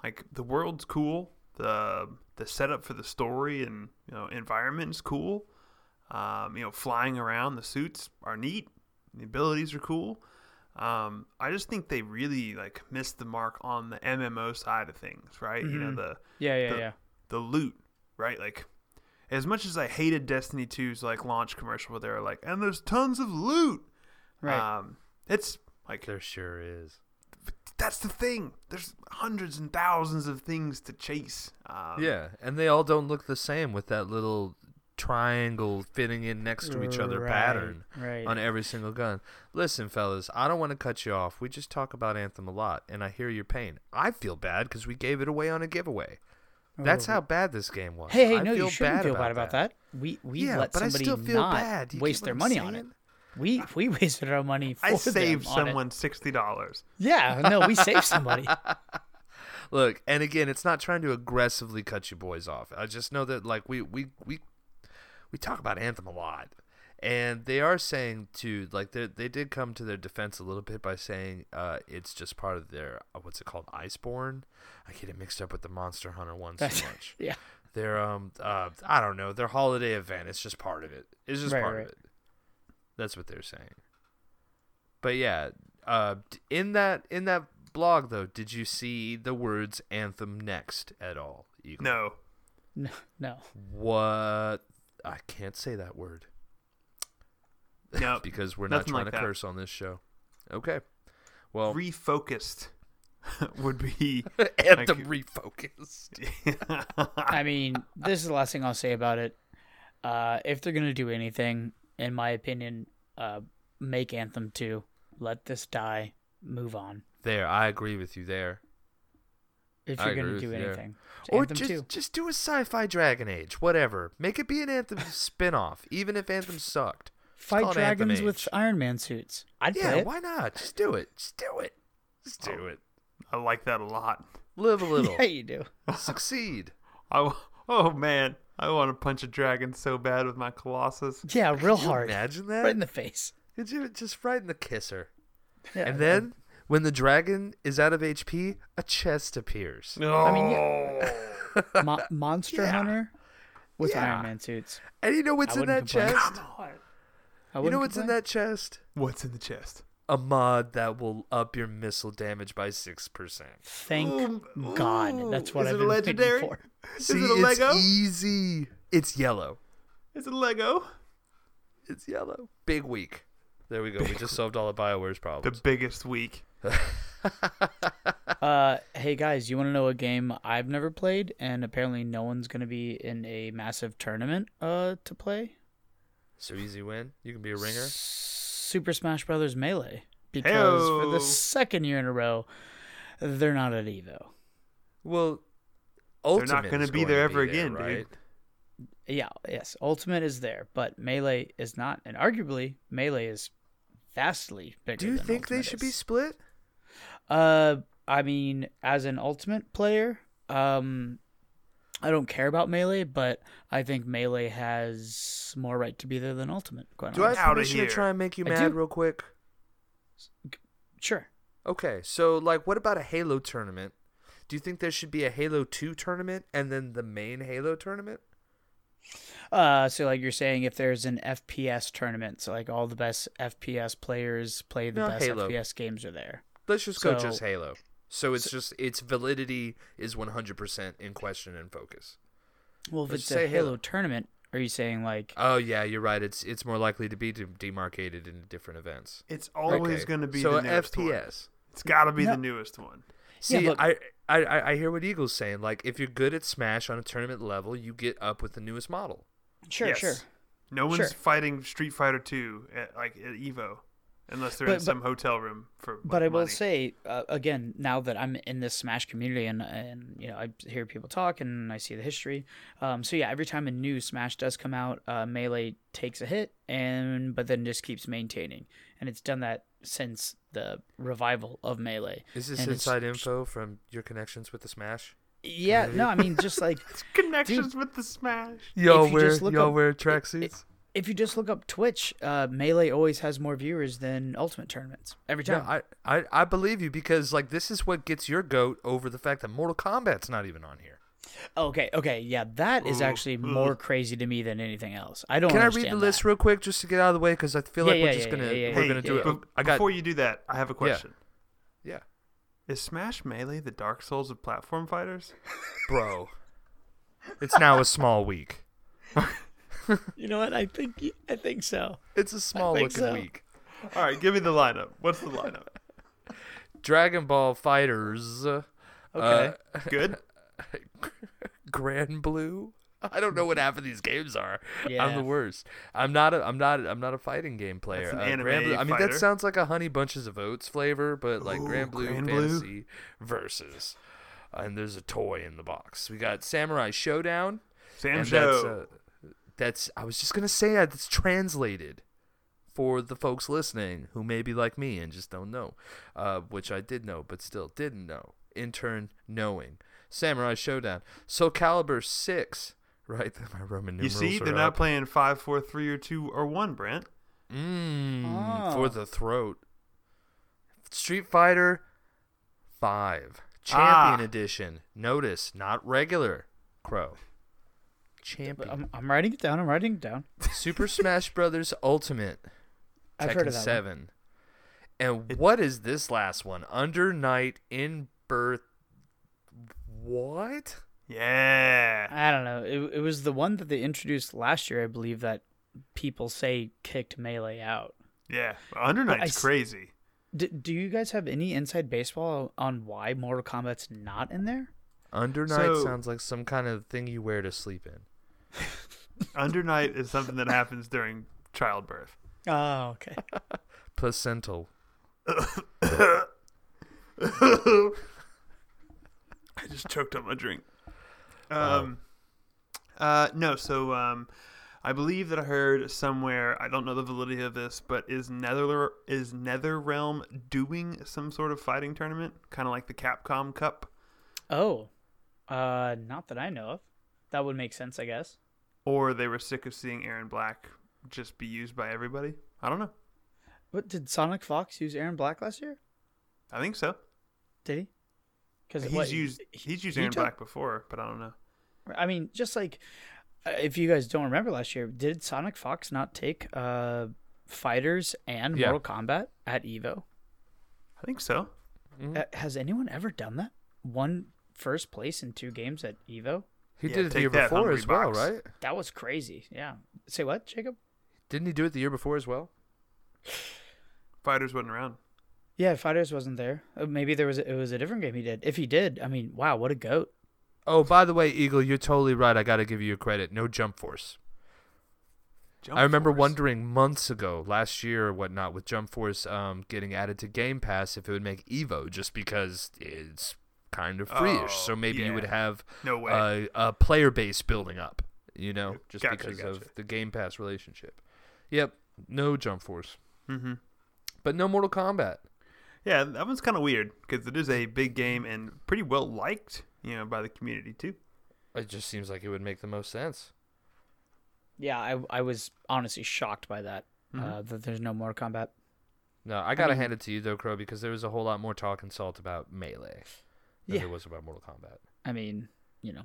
like the world's cool. The the setup for the story and you know environment is cool. Um, you know, flying around the suits are neat. The abilities are cool. Um, I just think they really like missed the mark on the MMO side of things, right? You Mm-hmm. know the Yeah, yeah, the, the loot, right? Like as much as I hated Destiny 2's like launch commercial where they were like, and there's tons of loot. uh, Right. Um, it's like There sure is. that's the thing. There's hundreds and thousands of things to chase. Um, yeah, and they all don't look the same with that little triangle fitting in next to each other Right, pattern right. on every single gun. Listen, fellas, I don't want to cut you off. We just talk about Anthem a lot, and I hear your pain. I feel bad because we gave it away on a giveaway. That's Oh. how bad this game was. Hey, hey, I no, you shouldn't feel bad about that. We we Yeah, let but I somebody still feel not bad. You get waste what their I'm money on it. saying? We we wasted our money. For I them saved on it. someone sixty dollars. Yeah, no, we saved somebody. Look, and again, it's not trying to aggressively cut you boys off. I just know that like we we we we talk about Anthem a lot. And they are saying to like they they did come to their defense a little bit by saying uh, it's just part of their uh, what's it called Iceborne. I get it mixed up with the Monster Hunter one so That's- much. yeah. Their um uh, I don't know their holiday event. It's just part of it. It's just Right, part right. of it. That's what they're saying. But yeah, uh, d- in that in that blog though, did you see the words anthem next at all? Eagle? No, No, no. What? I can't say that word no, because we're not Nothing trying like to that. curse on this show. Okay. Well, refocused would be. anthem refocused. I mean, this is the last thing I'll say about it. Uh, if they're gonna do anything, in my opinion, uh, make Anthem two. Let this die. Move on. There, I agree with you there. If I you're agree gonna with do you there. anything, Or Anthem just two. just do a sci-fi Dragon Age, whatever. Make it be an Anthem spinoff, even if Anthem sucked. Fight called Anthem dragons with Age. Iron Man suits. I'd Oh. play Yeah, it. why not? Just do it. Just do it. Just do it. I like that a lot. Live a little. Yeah, you do. Succeed. I w oh man, I want to punch a dragon so bad with my Colossus. Yeah, real Could you hard. Imagine that. Right in the face. Could you just right in the kisser? Yeah, And then when the dragon is out of HP, a chest appears. No, I mean, Oh. Mo- Monster Yeah. Hunter with Yeah. Iron Man suits. And you know what's I in that wouldn't complain. chest? I You know wouldn't what's in complain. that chest? what's in the chest? A mod that will up your missile damage by six percent. Thank Ooh, God. That's what is I've it been legendary? waiting for. See, it a it's e- Lego? easy. It's yellow. Is it Lego? It's yellow. Big week. There we go. We just solved all the Bioware's The problems. biggest week. Uh, hey guys, you want to know a game I've never played, and apparently no one's gonna be in a massive tournament uh to play? so easy win. You can be a ringer. Super Smash Brothers Melee, because for Heyo. the second year in a row, they're not at Evo. Well, They're Ultimate not going to be there ever again, right? dude. Yeah, yes, Ultimate is there, but Melee is not, and arguably Melee is vastly bigger. Do you than think they Ultimate should is. be split? Uh, I mean, as an ultimate player, um, I don't care about melee, but I think melee has more right to be there than ultimate. Quite Do I Outta have permission to here. try and make you I mad do. real quick? Sure. Okay, so like, what about a Halo tournament? Do you think there should be a Halo Two tournament and then the main Halo tournament? Uh, so like you're saying, if there's an FPS tournament, so like all the best FPS players play the No, best Halo. FPS games are there. Let's just go So- just Halo. So it's just its validity is 100% in question and focus. Well, if Let's it's a say Halo, Halo. tournament, are you saying like Oh yeah, you're right. It's it's more likely to be de- demarcated in different events. It's always Okay. going to be so uh, the a newest one. FPS. It's got to be No. the newest one. See, but- I, I I I hear what Eagle's saying. Like if you're good at Smash on a tournament level, you get up with the newest model. sure, Yes. sure. No one's Sure. fighting Street Fighter Two at like at Evo, unless they're But- in but- some hotel room for. Like, but I will money. say uh, again, now that I'm in this Smash community and and you know I hear people talk and I see the history, um, so yeah, every time a new Smash does come out, uh, Melee takes a hit and but then just keeps maintaining, and it's done that since the revival of Melee. Is this And it's- inside info from your connections with the Smash? Yeah, no, I mean just like connections with the Smash. Y'all If you wear- just look y'all up- wear tracksuits. if you just look up Twitch, uh, Melee always has more viewers than Ultimate tournaments every No, time. I, I I believe you because like this is what gets your goat over the fact that Mortal Kombat's not even on here. okay, okay, yeah, that is Ooh, actually ooh. more crazy to me than anything else. I don't. Can I read the understand list that. real quick just to get out of the way because I feel Yeah, like yeah, we're just yeah, gonna yeah, yeah, we're yeah. gonna do Hey, it. be- I got Before you do that, I have a question. yeah, Is Smash Melee the Dark Souls of platform fighters? bro. It's now a small week. You know what? I think I think so. It's a small think looking so. week. All right, give me the lineup. What's the lineup? Dragon Ball Fighters. Okay. Okay. Good. Grand Blue. I don't know what half of these games are. I'm Yeah. the worst. I'm not a I'm not a, I'm not a fighting game player. an Uh, anime Grand Blue- I mean that fighter. sounds like a honey bunches of oats flavor, but like Ooh, Grand Blue Grand Blue. Fantasy versus. And there's a toy in the box. We got Samurai Showdown. Sam and Show. That's, uh, that's I was just gonna say that it's translated for the folks listening who may be like me and just don't know, uh, which I did know but still didn't know. In turn, knowing Samurai Showdown, Soul Calibur Six. Right, my Roman You numerals see, are they're not up. playing five, four, three, or two, or one. Brent. Mm, Oh. for the throat. Street Fighter Five Ah. Champion Edition. Notice, not regular. Crow. But Champion. I'm, I'm writing it down. I'm writing it down. Super Smash Brothers Ultimate. I've Tekken heard of that one. Seven. And It- what is this last one? Under Night in Birth. What? Yeah. I don't know. It, it was the one that they introduced last year, I believe, that people say kicked melee out. Yeah. Under But I Night's s- crazy. D- do you guys have any inside baseball on why Mortal Kombat's not in there? Under Night So- sounds like some kind of thing you wear to sleep in. Under Night is something that happens during childbirth. Oh, okay. Placental. I just choked on my drink. Um, uh, no, so um, I believe that I heard somewhere. I don't know the validity of this, but is Nether is NetherRealm doing some sort of fighting tournament, kind of like the Capcom Cup, Oh, uh, not that I know of. That would make sense, I guess. or they were sick of seeing Aaron Black just be used by everybody? I don't know. What did Sonic Fox use Aaron Black last year? I think so. Did he? Because He's used he's used he Aaron took- Black before, but I don't know. I mean, just like uh, if you guys don't remember last year, did Sonic Fox not take uh fighters and Yeah. Mortal Kombat at Evo? I think so. Uh, has anyone ever done that? One first place in two games at Evo? He Yeah, did it the take year that, before Hungry as well, Box. right? That was crazy. Yeah. Say what, Jacob? Didn't he do it the year before as well? Fighters wasn't around. Yeah, fighters wasn't there. Uh, Maybe there was. A, it was a different game he did. If he did, I mean, wow, what a goat! Oh, by the way, Eagle, you're totally right. I got to give you your credit. No Jump Force. Jump I remember Force. wondering months ago, last year or whatnot, with Jump Force um, getting added to Game Pass, if it would make Evo, just because it's kind of freeish. so Oh, maybe you would yeah. have No way. a, a player base building up, you know, just Gotcha, because of gotcha. the Game Pass relationship. Yep, no Jump Force, Mm-hmm. but no Mortal Kombat. Yeah, that one's kind of weird because it is a big game and pretty well liked, you know, by the community too. It just seems like it would make the most sense. Yeah, I I was honestly shocked by that. Uh, that there's no more combat. No, I gotta mean- hand it to you though, Crow, because there was a whole lot more talk and salt about melee than Yeah. there was about Mortal Kombat. I mean, you know,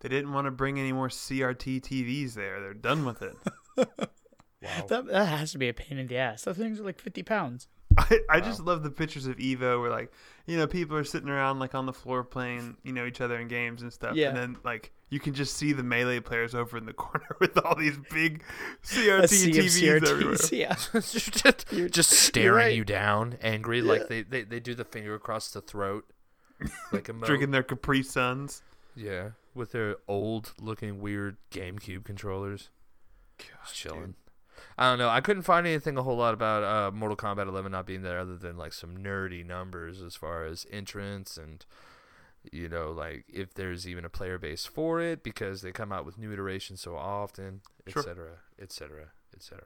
They didn't want to bring any more CRT TVs there. They're done with it. Wow. That, that has to be a pain in the ass. Those things are like 50 pounds. I, I just love the pictures of Evo where like you know people are sitting around like on the floor playing you know each other in games and stuff, Yeah. and then like you can just see the melee players over in the corner with all these big CRT A sea of TVs everywhere. CRTs. Yeah. just, You're- just staring right. you down, angry, like they, they, they do the finger across the throat, like a Drinking their Capri Suns. Yeah, with their old looking weird GameCube controllers. Oh, Just chilling. I don't know. I couldn't find anything a whole lot about uh, Mortal Kombat 11 not being there, other than like some nerdy numbers as far as entrance and you know like if there's even a player base for it because they come out with new iterations so often, Sure. etc., etc., etc.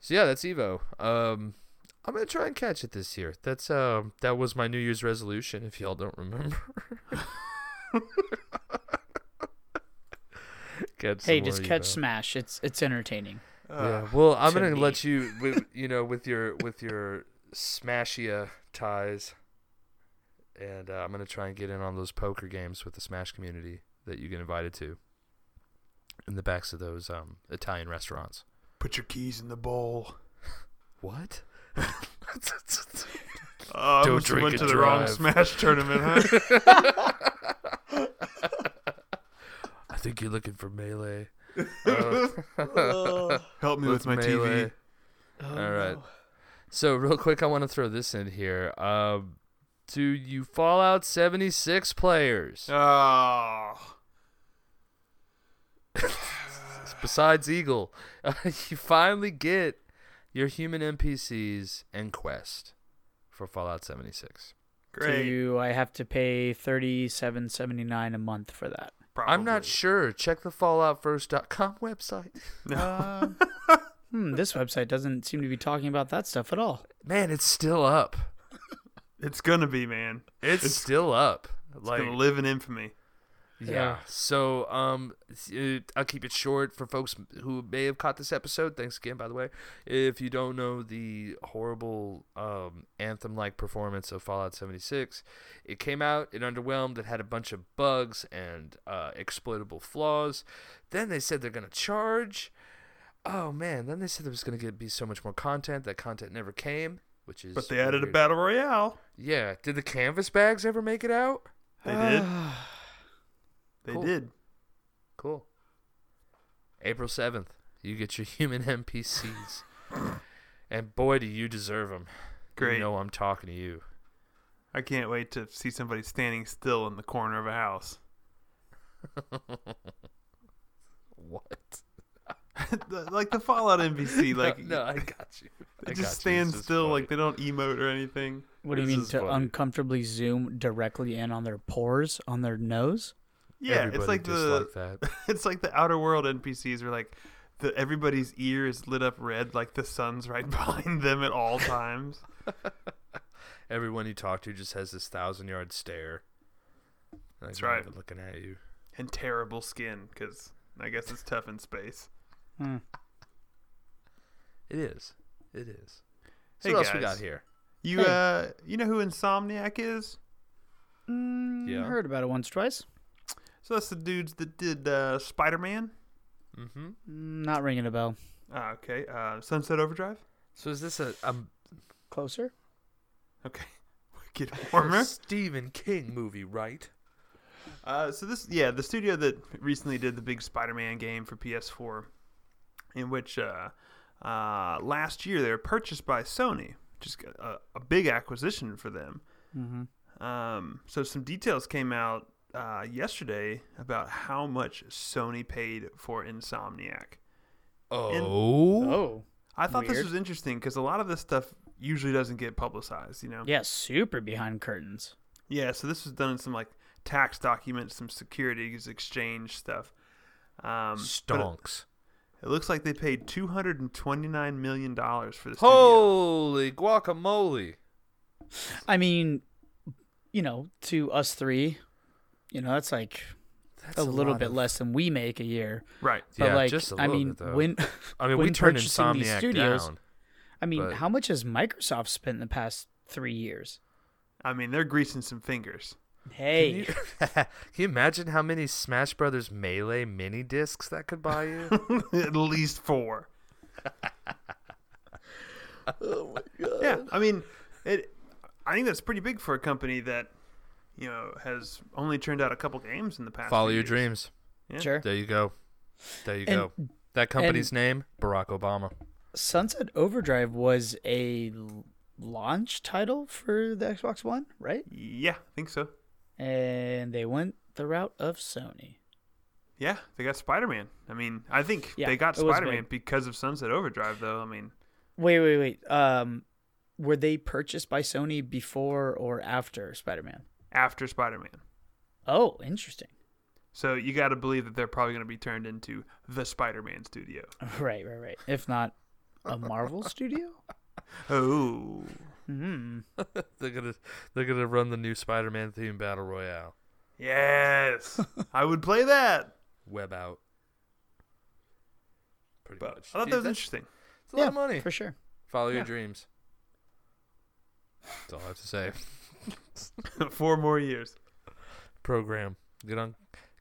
So yeah, that's Evo. Um, I'm gonna try and catch it this year. That's um, that was my New Year's resolution. If y'all don't remember, Catch some Hey, more just catch Evo. Smash. It's it's entertaining. Yeah. Uh, Well, I'm to gonna me. let you, with, you know, with your with your Smashia ties, and uh, I'm gonna try and get in on those poker games with the Smash community that you get invited to. In the backs of those um, Italian restaurants. Put your keys in the bowl. What? Oh, I Don't must have drink went and to the wrong drive. Smash tournament, huh? I think you're looking for melee. Help me With with my Melee. TV. Oh. All right. So real quick, I want to throw this in here. Um, to you Fallout 76 players, Oh, besides Eagle, you finally get your human NPCs and quest for Fallout 76. great. Do I have to pay thirty seven seventy nine a month for that? I'm not sure. Check the falloutfirst.com website. No. Hmm, this website doesn't seem to be talking about that stuff at all. Man, it's still up. it's gonna be, man. It's, It's- still up. It's like gonna live in infamy. Yeah. So, um, s- uh, I'll keep it short for folks who may have caught this episode. Thanks again, by the way. If you don't know the horrible um, anthem-like performance of Fallout 76, it came out, it underwhelmed, it had a bunch of bugs and uh, exploitable flaws. Then they said they're gonna charge. Oh man! Then they said there was gonna get, be so much more content. That content never came, which is But they added a weird. battle royale. Yeah. Did the canvas bags ever make it out? They did. They Cool. did. Cool. April 7th, you get your human NPCs. and boy, do you deserve them. Great. You know I'm talking to you. I can't wait to see somebody standing still in the corner of a house. What? The- like the Fallout NPC, like no, no, I got you. I they got you. just stand This is still, funny. like they don't emote or anything. What do you This mean is to funny. uncomfortably zoom directly in on their pores, on their nose? Yeah, Everybody it's like the disliked that. it's like the Outer World NPCs are like the everybody's ear is lit up red, like the sun's right behind them at all times. Everyone you talk to just has this thousand yard stare. Like, That's not right. even looking at you. and terrible skin, because I guess it's tough in space. Hmm. It is. It is. So Hey, what else we guys. got here? You Hey. uh, you know who Insomniac is? Mm, Yeah. Heard about it once, twice. So that's the dudes that did uh, Spider Man. Mm-hmm. Mm, Not ringing a bell. Uh, okay, uh, Sunset Overdrive. So is this a, um, Closer. Okay, Wicked a Warmer. Stephen King movie, right? Uh, so this, yeah, the studio that recently did the big Spider-Man game for PS4, in which uh, uh, last year they were purchased by Sony, which is a, a big acquisition for them. Mm-hmm. Um, so some details came out uh, yesterday about how much Sony paid for Insomniac. Oh. Oh, I thought this Weird. was interesting because a lot of this stuff usually doesn't get publicized, you know. yeah, super behind curtains. Yeah, so this was done in some like tax documents, some securities exchange stuff. Um, but it- Stonks. It looks like they paid two hundred and twenty nine million dollars for this. Holy guacamole. I mean, you know, to us three, you know, that's like That's a, little lot bit of- less than we make a year. right? But Yeah, like, just a I little mean, bit, though. when I mean, we when turned purchasing these Insomniac studios- down. I mean, but- how much has Microsoft spent in the past three years? I mean, they're greasing some fingers. Hey, Can you, can you imagine how many Smash Brothers Melee mini discs that could buy you? At least four. oh my god. Yeah, I mean, it. I think that's pretty big for a company that, you know, has only turned out a couple games in the past. Follow few your dreams. years. sure. There you go. There you And- go. That company's name, Barack Obama. Sunset Overdrive was a l- launch title for the Xbox One, right? Yeah, I think so. And they went the route of Sony. Yeah, they got Spider Man. I mean, I think Yeah, they got it was Spider Man big. because of Sunset Overdrive, though. I mean, Wait, wait, wait. Um, were they purchased by Sony before or after Spider Man? after Spider Man. Oh, interesting. So you got to believe that they're probably going to be turned into the Spider Man studio. Right, right, right. If not a Marvel studio? Oh. Hmm. They're gonna they're gonna run the new Spider-Man themed battle royale. Yes. I would play that. Web out. Pretty But much. I thought Dude, that was that's, interesting. that's a lot of money. For sure. Follow Yeah. your dreams. That's all I have to say. Four more years. Program. Get on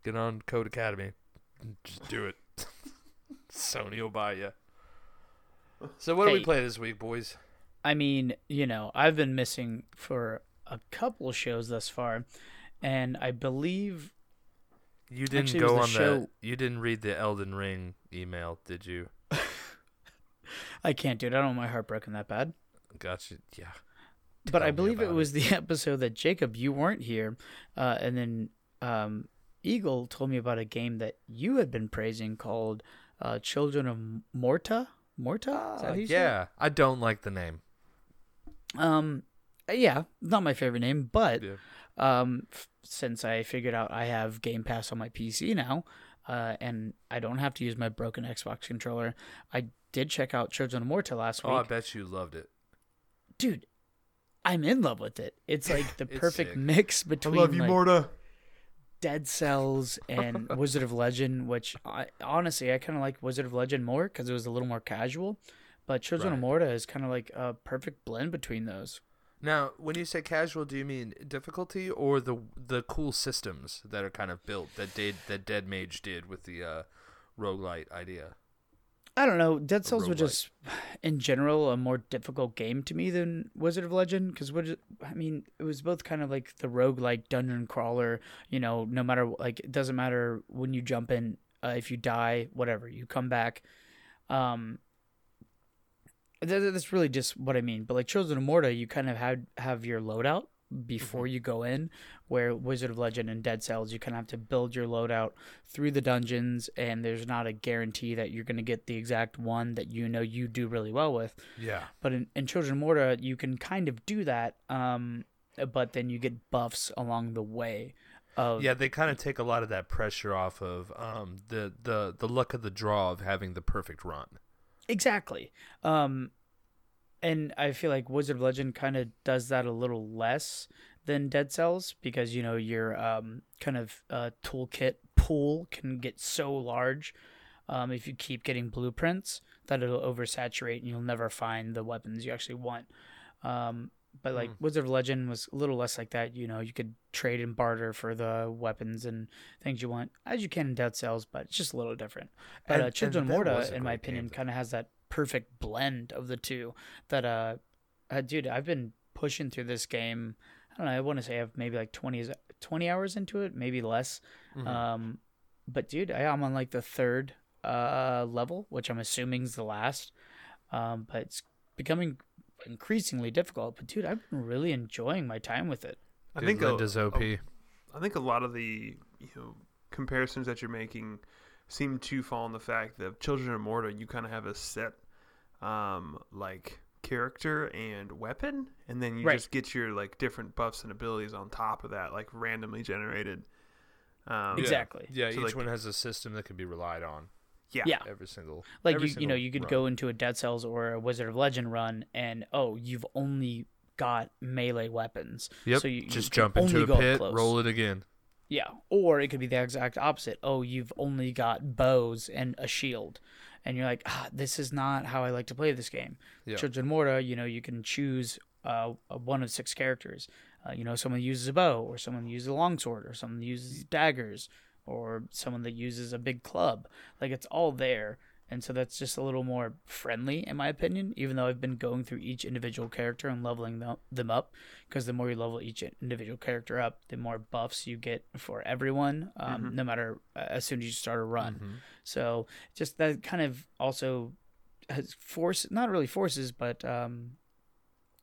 get on Code Academy. Just do it. Sony will buy you. So what do we Hey. play this week, boys? I mean, you know, I've been missing for a couple shows thus far, and I believe You didn't Actually, it was go the on show- the you didn't read the Elden Ring email, did you? I can't do it. I don't want my heart broken that bad. Gotcha. Yeah. but Tell I me believe it about it. was the episode that Jacob, you weren't here, uh, and then um, Eagle told me about a game that you had been praising called uh, Children of M- Morta. Morta, Is that Uh, how you say it? yeah. I don't like the name. Um, yeah, not my favorite name, but Yeah. um, f- since I figured out I have Game Pass on my PC now, uh, and I don't have to use my broken Xbox controller, I did check out Children of Morta last week. Oh, I bet you loved it. Dude, I'm in love with it. It's like the It's perfect sick. mix between I love you, like, Morta. Dead Cells and Wizard of Legend, which I, honestly I kind of like Wizard of Legend more because it was a little more casual. But Children of Morta is kind of like a perfect blend between those. Now, when you say casual, do you mean difficulty or the the cool systems that are kind of built that did that Dead Mage did with the uh, roguelite idea? I don't know. Dead Cells was roguelike. just, in general, a more difficult game to me than Wizard of Legend because what I mean, it was both kind of like the roguelike dungeon crawler. You know, no matter like it doesn't matter when you jump in, uh, if you die, whatever, you come back. Um, th- th- that's really just what I mean. But like Children of Morta, you kind of had have your loadout before you go in, where Wizard of Legend and Dead Cells, you kind of have to build your loadout through the dungeons, and there's not a guarantee that you're going to get the exact one that you know you do really well with. Yeah. But in, in Children of Morta, you can kind of do that, um, but then you get buffs along the way. Of Yeah, they kind of take a lot of that pressure off of um, the, the the luck of the draw of having the perfect run. Exactly. Um and I feel like Wizard of Legend kind of does that a little less than Dead Cells because you know your um kind of uh toolkit pool can get so large um if you keep getting blueprints that it'll oversaturate and you'll never find the weapons you actually want. Um but like Hmm. Wizard of Legend was a little less like that, you know, you could trade and barter for the weapons and things you want as you can in Dead Cells, but it's just a little different. But And- uh, and Children of that was Morta, a in my great game, opinion, though. kind of has that perfect blend of the two. That uh, uh, dude, I've been pushing through this game. I don't know. I want to say I've maybe like 20, is- 20 hours into it, maybe less. Mm-hmm. Um, but dude, I, I'm on like the third uh level, which I'm assuming is the last. Um, but it's becoming increasingly difficult. But dude, I've been really enjoying my time with it. I Dude, think a- Linda's a- OP. I think a lot of the you know comparisons that you're making seem to fall on the fact that Children of Morta, you kind of have a set um, like character and weapon, and then you Right. just get your like different buffs and abilities on top of that, like randomly generated. Yeah. Um, Exactly. Yeah, So, each like- one has a system that can be relied on. yeah, Yeah. Every single like every you, you know single you could run. go into a dead cells or a wizard of legend run and oh you've only got melee weapons Yep. so you you just can jump into only a go up pit, close. roll it again. yeah or it could be the exact opposite oh you've only got bows and a shield and you're like ah, this is not how i like to play this game Yeah. children of morta you know you can choose uh, one of six characters Uh, you know, someone uses a bow, or someone uses a longsword, or someone uses daggers, or someone that uses a big club. Like it's all there. And so that's just a little more friendly, in my opinion, even though I've been going through each individual character and leveling them- them up. Because the more you level each individual character up, the more buffs you get for everyone, um, no matter uh, as soon as you start a run. Mm-hmm. So just that kind of also has force, not really forces, but um,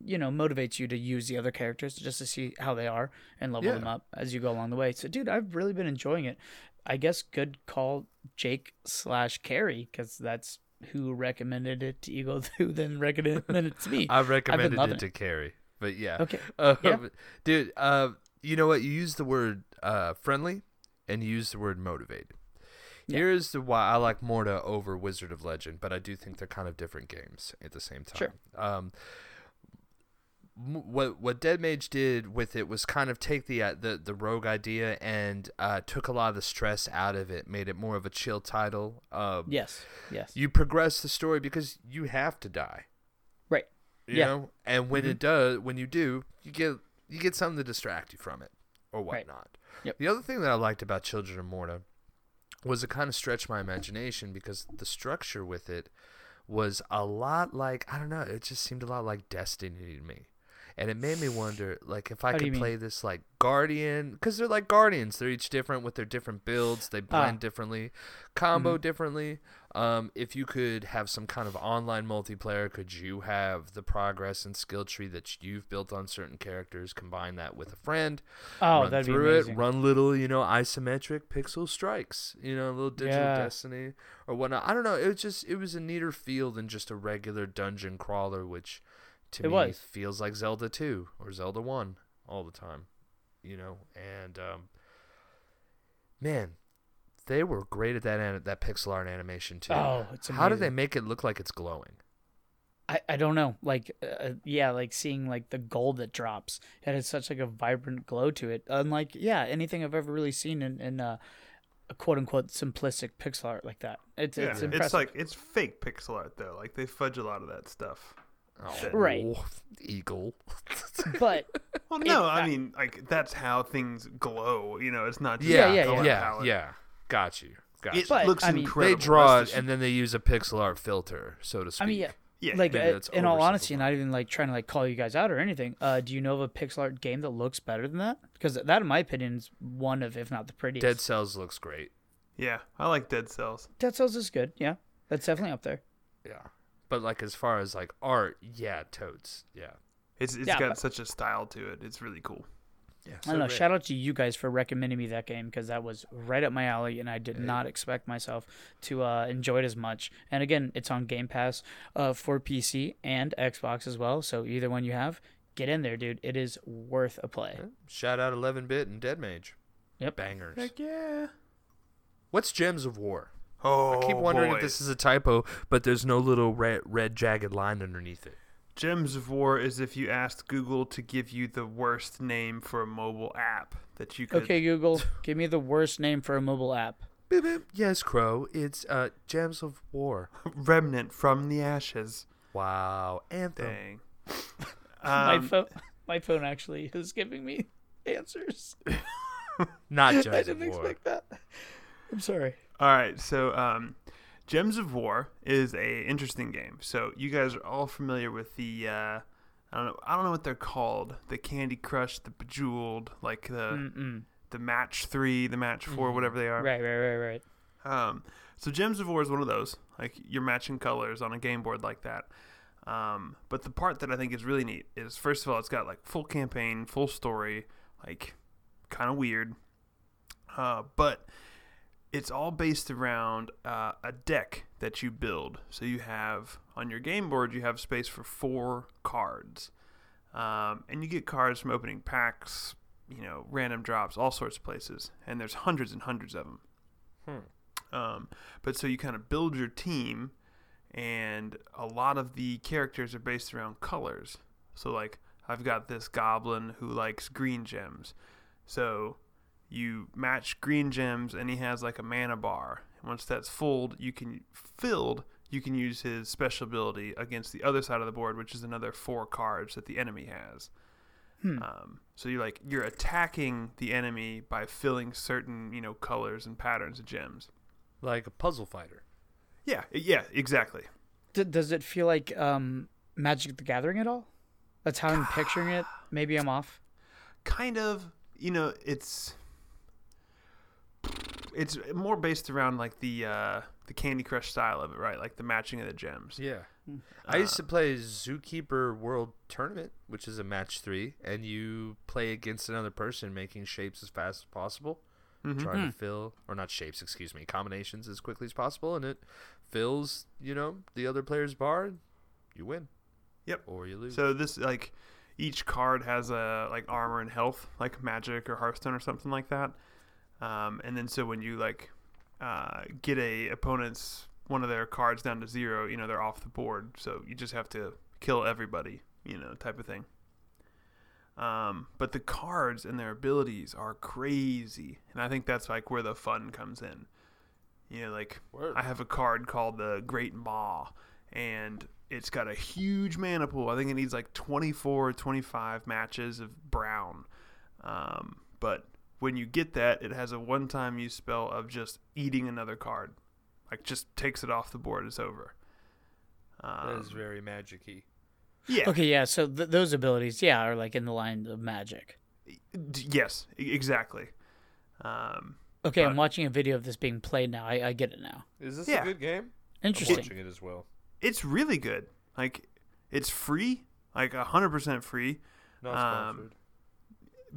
you know, motivates you to use the other characters just to see how they are and level Yeah. them up as you go along the way. So, dude, I've really been enjoying it. I guess good call Jake slash Carrie because that's who recommended it to Eagle, who then recommended it to me. I recommended loving it to Carrie, but yeah. Okay. Uh, Yeah. but- Dude, uh, you know what? You use the word uh, friendly and you use the word motivated. Yeah. Here is the why I like Morta over Wizard of Legend, but I do think they're kind of different games at the same time. Sure. Um, m- what what Dead Mage did with it was kind of take the uh, the the rogue idea and uh, took a lot of the stress out of it, made it more of a chill title. Um, yes. Yes. You progress the story because you have to die right. you Yeah. Mm-hmm. know and when it does when you do you get you get something to distract you from it or Right. whatnot Yep. the other thing that i liked about children of morta was it kind of stretched my imagination because the structure with it was a lot like i don't know it just seemed a lot like destiny to me and it made me wonder like if i How do you could mean? play this like guardian because they're like guardians they're each different with their different builds they blend differently combo differently um, if you could have some kind of online multiplayer could you have the progress and skill tree that you've built on certain characters combine that with a friend Oh, run that'd be through amazing. it run little you know isometric pixel strikes you know a little digital Yeah. destiny or whatnot i don't know it was just it was a neater feel than just a regular dungeon crawler which to It me was. feels like zelda 2 or zelda 1 all the time you know and um, man they were great at that an- that pixel art animation too Oh, it's how do they amazing. make it look like it's glowing I, I don't know like uh, yeah like seeing like the gold that drops it has such like a vibrant glow to it unlike yeah anything i've ever really seen in, in uh, a quote unquote simplistic pixel art like that it's Yeah, it's, it's impressive like it's fake pixel art though. Like they fudge a lot of that stuff. oh, Right. eagle but Well, It- no, I I- mean like that's how things glow. You know, it's not just yeah yeah, yeah color yeah palette. yeah got you got you It But, looks I mean- They incredible. They draw That's it the- and then they use a pixel art filter, so to speak. i mean yeah yeah, like maybe uh, that's in all honesty oversimplifying. not even like trying to like call you guys out or anything uh do you know of a pixel art game that looks better than that because that in my opinion is one of if not the prettiest Dead Cells looks great. yeah, I like Dead Cells. dead cells is good yeah that's definitely up there Yeah. But like as far as like art, yeah, totes. Yeah. It's it's Yeah, got but- such a style to it. It's really cool. Yeah. I don't know. Shout out to you guys for recommending me that game because that was right up my alley, and I did not expect myself to uh, enjoy it as much. And again, it's on Game Pass uh, for PC and Xbox as well. So either one you have, get in there, dude. It is worth a play. Shout out 11 bit and Dead Mage. Yep. Bangers. yeah. What's Gems of War? Oh, I keep wondering boy. if this is a typo, but there's no little red, red jagged line underneath it. Gems of War is if you asked Google to give you the worst name for a mobile app that you could. Okay, Google, give me the worst name for a mobile app. Boop, boop. Yes, Crow. It's uh, Gems of War. Remnant from the ashes. Wow. Anthem. Dang. my Um, phone, my phone actually is giving me answers. Not Gems I of didn't War. expect that. I'm sorry. all right, so um, Gems of War is a interesting game. So you guys are all familiar with the. Uh, I don't know. I don't know what they're called. The Candy Crush, the Bejeweled, like the Mm-mm. the Match Three, the Match 4 whatever they are. Right, right, right, right. Um, so Gems of War is one of those. Like you're matching colors on a game board like that. Um, but the part that I think is really neat is first of all, it's got like full campaign, full story, like kind of weird. Uh, but it's all based around uh, a deck that you build. So you have on your game board, you have space for four cards. Um, and you get cards from opening packs, you know, random drops, all sorts of places. And there's hundreds and hundreds of them. Um, but so you kind of build your team, and a lot of the characters are based around colors. So like I've got this goblin who likes green gems, so you match green gems, and he has like a mana bar. And once that's filled, you can filled. You can use his special ability against the other side of the board, which is another four cards that the enemy has. Um, so you're like you're attacking the enemy by filling certain you know colors and patterns of gems. Like a puzzle fighter. Yeah, yeah, exactly. D- does it feel like um, Magic the Gathering at all? That's how I'm picturing it. Maybe I'm off. Kind of, you know, it's it's more based around like the uh, the Candy Crush style of it, right? Like the matching of the gems. Yeah. I Uh, used to play Zookeeper World Tournament, which is a match three, and you play against another person making shapes as fast as possible, Mm-hmm. trying to fill, or not shapes, excuse me, combinations as quickly as possible, and it fills, you know, the other player's bar, and you win. Yep. Or you lose. So this like each card has a like armor and health, like magic or Hearthstone or something like that. Um, and then so when you like uh, get a opponent's one of their cards down to zero, you know they're off the board. So you just have to kill everybody, you know, type of thing. Um, but the cards and their abilities are crazy, and I think that's like where the fun comes in. You know, like Word. I have a card called the Great Maw, and it's got a huge mana pool. I think it needs like 24 or 25 matches of brown. Um, but when you get that, it has a one time use spell of just eating another card. Like, just takes it off the board. It's over. Um, that is very magic y. yeah. Okay, yeah. So th- those abilities, yeah, are like in the line of Magic. D- yes, e- exactly. Um, Okay, I'm But- watching a video of this being played now. I, I get it now. Is this a Yeah. good game? Interesting. it as well. it's really good. Like, it's free, like 100% free. Not Um, sponsored.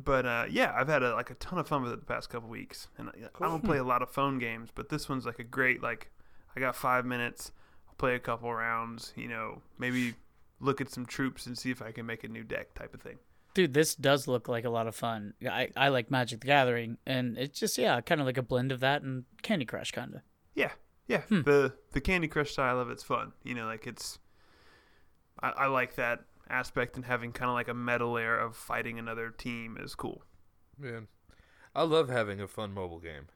but uh, yeah, I've had a, like a ton of fun with it the past couple weeks, and I- I don't play a lot of phone games, but this one's like a great like. I got five minutes. I'll play a couple rounds. You know, maybe look at some troops and see if I can make a new deck type of thing. Dude, this does look like a lot of fun. I, I like Magic the Gathering, and it's just, yeah, kind of like a blend of that and Candy Crush, kind of. Yeah, yeah. The the Candy Crush style of it's fun. You know, like it's. I, I like that aspect and having kind of like a meta layer of fighting another team is cool. Man. I love having a fun mobile game.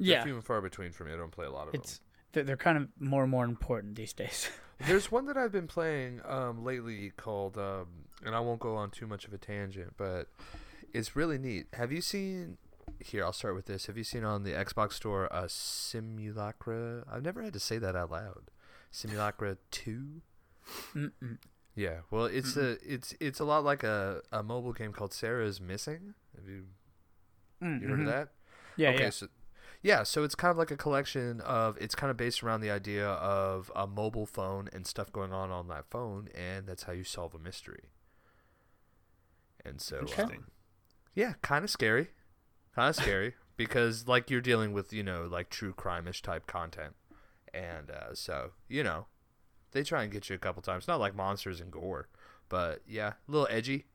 They're Yeah, few and far between for me. I don't play a lot of them. it's they're, they're kind of more and more important these days. There's one that I've been playing um, lately called, um, and I won't go on too much of a tangent, but it's really neat. Have you seen? Here, I'll start with this. Have you seen on the Xbox Store a Simulacra? I've never had to say that out loud. Simulacra Two. Mm-mm. Yeah, well, it's a it's it's a lot like a, a mobile game called Sarah's Missing. Have you you heard of that? Mm-hmm. Yeah, okay, yeah. so yeah, so it's kind of like a collection of it's kind of based around the idea of a mobile phone and stuff going on on that phone, and that's how you solve a mystery. And so, Okay. um, yeah, kind of scary, kind of scary because like you're dealing with you know like true crime-ish type content, and uh, so you know they try and get you a couple times. Not like monsters and gore, but yeah, a little edgy,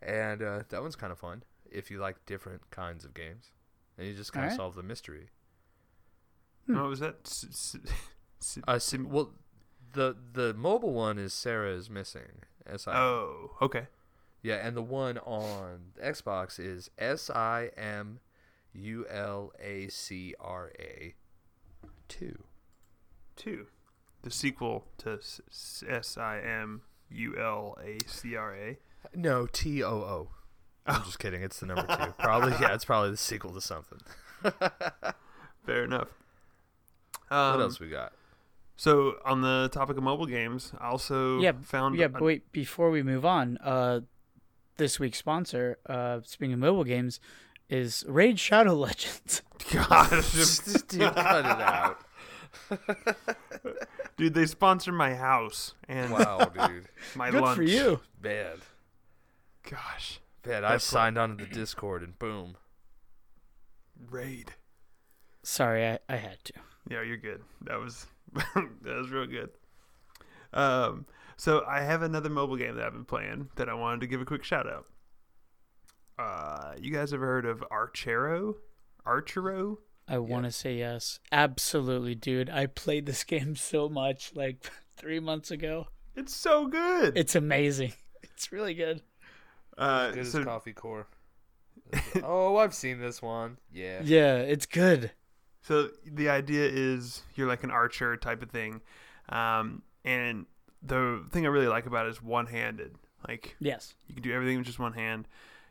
and uh, that one's kind of fun if you like different kinds of games, and you just kind of Alright. solve the mystery. What was Oh, that? S- s- s- Uh, sim- well, the the mobile one is Sarah is missing. S I. oh, okay. Yeah, and the one on the Xbox is S I M U L A C R A two. Two. The sequel to S I M U L A C R A. No, T O O. I'm just kidding. It's the number two. Probably yeah. It's probably the sequel to something. Fair enough. Um, what else we got? So, on the topic of mobile games, I also yeah, found. yeah. a- But wait, before we move on, uh, this week's sponsor, uh, speaking of mobile games, is Raid Shadow Legends. God, Dude, cut it out. dude, they sponsor my house and Wow, dude. my Good lunch. for you. Bad. Gosh, Bad. I signed onto the Discord and boom. raid. Sorry, I, I had to. Yeah, you're good. That was that was real good. Um, so I have another mobile game that I've been playing that I wanted to give a quick shout out. Uh, you guys ever heard of Archero? Archero? I want to say yes. Absolutely, dude. I played this game so much like three months ago. It's so good. It's amazing. It's really good. uh, Good so- as coffee core. oh, I've seen this one. Yeah. Yeah, it's good. So the idea is you're like an archer type of thing, um, and the thing I really like about it is one-handed. Like Yes. you can do everything with just one hand.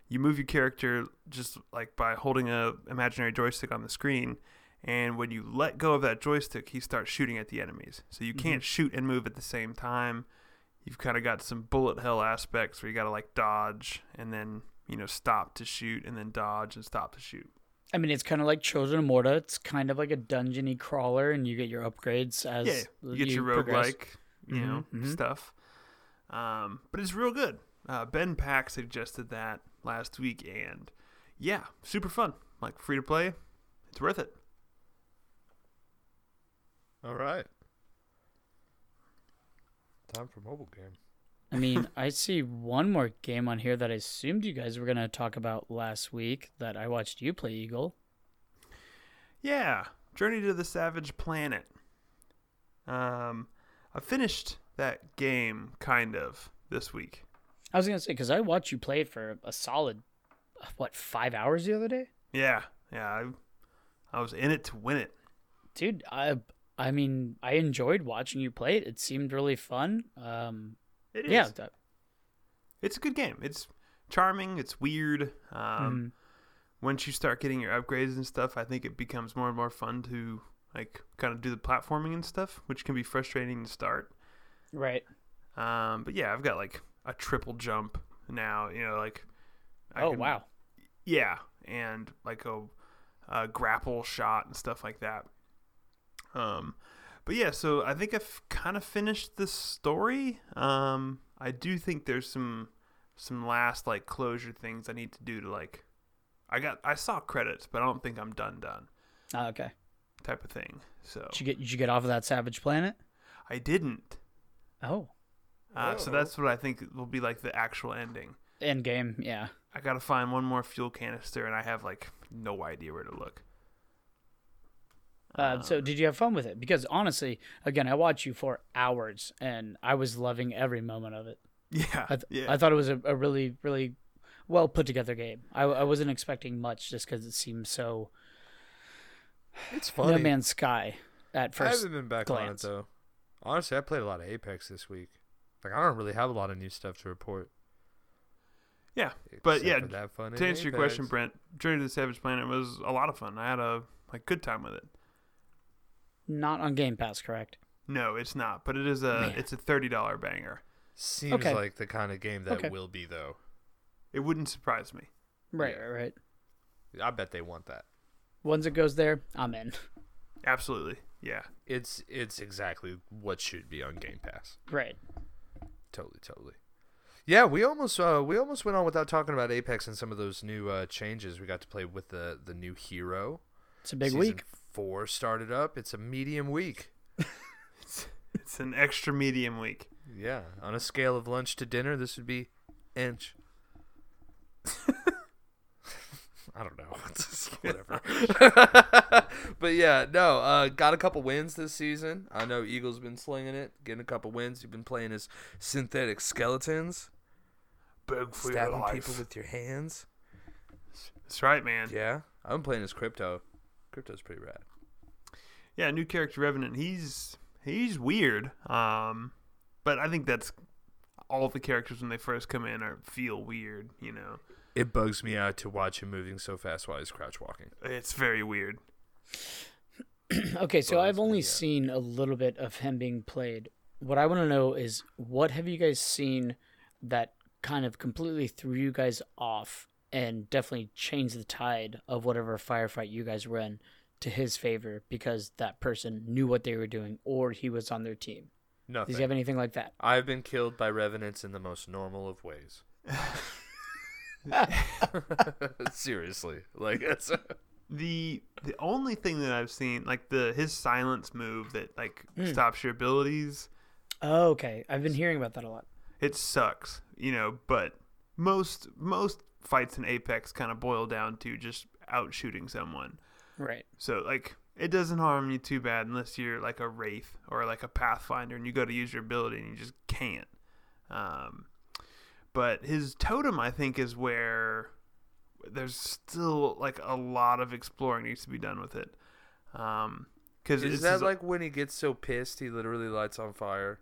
You move your character just like by holding a imaginary joystick on the screen, and when you let go of that joystick, he starts shooting at the enemies. So you can't shoot and move at the same time. You've kind of got some bullet hell aspects where you got to like dodge and then you know stop to shoot and then dodge and stop to shoot. I mean, it's kind of like Children of Morta. It's kind of like a dungeony crawler, and you get your upgrades as yeah, you get your progress. roguelike, you know, Mhm, mhm. stuff. Um, but it's real good. Uh, ben Pack suggested that last week, and yeah, super fun. Like free to play, it's worth it. All right. Time for mobile game. I mean, I see one more game on here that I assumed you guys were going to talk about last week that I watched you play, Eagle. Yeah, Journey to the Savage Planet. Um, I finished that game kind of this week. I was going to say, because I watched you play it for a solid, uh, what, five hours the other day? Yeah, yeah, I, I was in it to win it. dude i i mean i enjoyed watching you play it it seemed really fun um It is. yeah that- it's a good game. It's charming. It's weird. Um, mhm. once you start getting your upgrades and stuff, I think it becomes more and more fun to like kind of do the platforming and stuff, which can be frustrating to start. mm, right Um, but yeah, I've got like a triple jump now. You know, like I oh can- wow yeah, and like a, a grapple shot and stuff like that. Um, but yeah, so I think I've kind of finished the story. Um, I do think there's some some last like closure things I need to do to like. I got I saw credits, but I don't think I'm done done Ah, okay type of thing. So did you get did you get off of that savage planet I didn't. oh Uh, so Oh. that's what I think will be like the actual ending. end game yeah I gotta find one more fuel canister, and I have like no idea where to look. uh, Um, so did you have fun with it because honestly again i watched you for hours and i was loving every moment of it Yeah, i, th- yeah. I thought it was a, a really really well put together game i, I wasn't expecting much just because it seemed so It's no funny. man's sky at I first haven't been back glance. on it though. Honestly, I played a lot of Apex this week. Like I don't really have a lot of new stuff to report. Yeah, but except yeah, for that fun to in answer your question, Apex. Brent, Journey to the Savage Planet was a lot of fun. I had a like good time with it. not on game pass correct No, it's not, but it is a Man. it's a thirty dollar banger. seems Okay. like the kind of game that Okay. will be though. It wouldn't surprise me. right Yeah. right right I bet they want that. Once it goes there, I'm in. Absolutely, yeah. It's it's exactly what should be on Game Pass. Great. Totally, totally. Yeah, we almost uh, we almost went on without talking about Apex and some of those new uh, changes. We got to play with the the new hero. It's a big Season week. Four started up. It's a medium week. It's an extra medium week. Yeah, on a scale of lunch to dinner, this would be inch. I don't know. It's Whatever. but yeah, no, uh, got a couple wins this season. I know Eagle's been slinging it, getting a couple wins. You've been playing as synthetic skeletons, Beg for your stabbing life. people with your hands. That's right, man. Yeah. Yeah, I've been playing as Crypto. Crypto's pretty rad. new character Revenant. He's he's weird. Um, but I think that's all the characters when they first come in are feel weird. You know, It bugs me out to watch him moving so fast while he's crouch walking. it's very weird. okay, so Well, I've it's- only yeah. seen a little bit of him being played. What I want to know is what have you guys seen that kind of completely threw you guys off and definitely changed the tide of whatever firefight you guys were in to his favor because that person knew what they were doing or he was on their team. Nothing. Does he have anything like that? I've been killed by revenants in the most normal of ways. Seriously, like that's the the only thing that I've seen like the his silence move that like Mm. stops your abilities Oh, okay. I've been hearing about that a lot. it sucks you know but most most fights in Apex kind of boil down to just out shooting someone Right. so like it doesn't harm you too bad unless you're like a wraith or like a pathfinder and you go to use your ability and you just can't um, but his totem I think is where there's still like a lot of exploring needs to be done with it um, because is that like when he gets so pissed he literally lights on fire?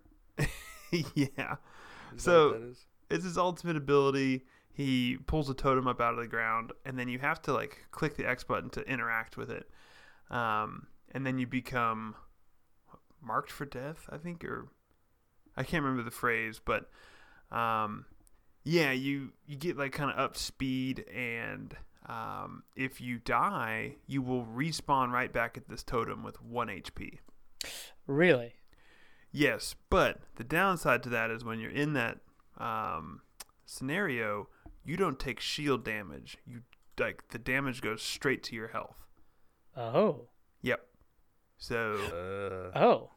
yeah. Is that So- what that is? it's his ultimate ability. He pulls a totem up out of the ground, and then you have to like click the X button to interact with it, um, and then you become marked for death, I think, or I can't remember the phrase, but um, yeah, you you get like kind of up speed, and um, if you die, you will respawn right back at this totem with one HP. Really? Yes, but the downside to that is when you're in that um, scenario, you don't take shield damage. You like the damage goes straight to your health. Oh. Yep. So Uh, Oh.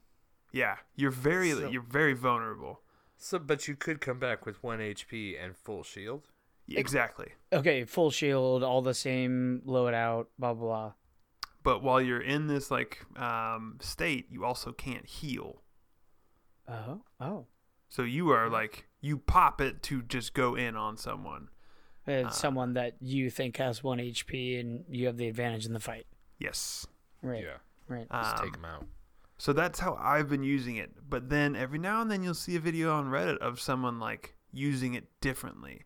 yeah, you're very So- you're very vulnerable. so, but you could come back with one HP and full shield. Exactly. Okay, full shield, all the same, load out, blah blah. blah. But while you're in this like um, state, you also can't heal. Oh, oh. So you are like you pop it to just go in on someone. And Uh, someone that you think has one HP and you have the advantage in the fight. Yes. Right. Yeah. Right. Just Um, take him out. So that's how I've been using it. But then every now and then you'll see a video on Reddit of someone like using it differently,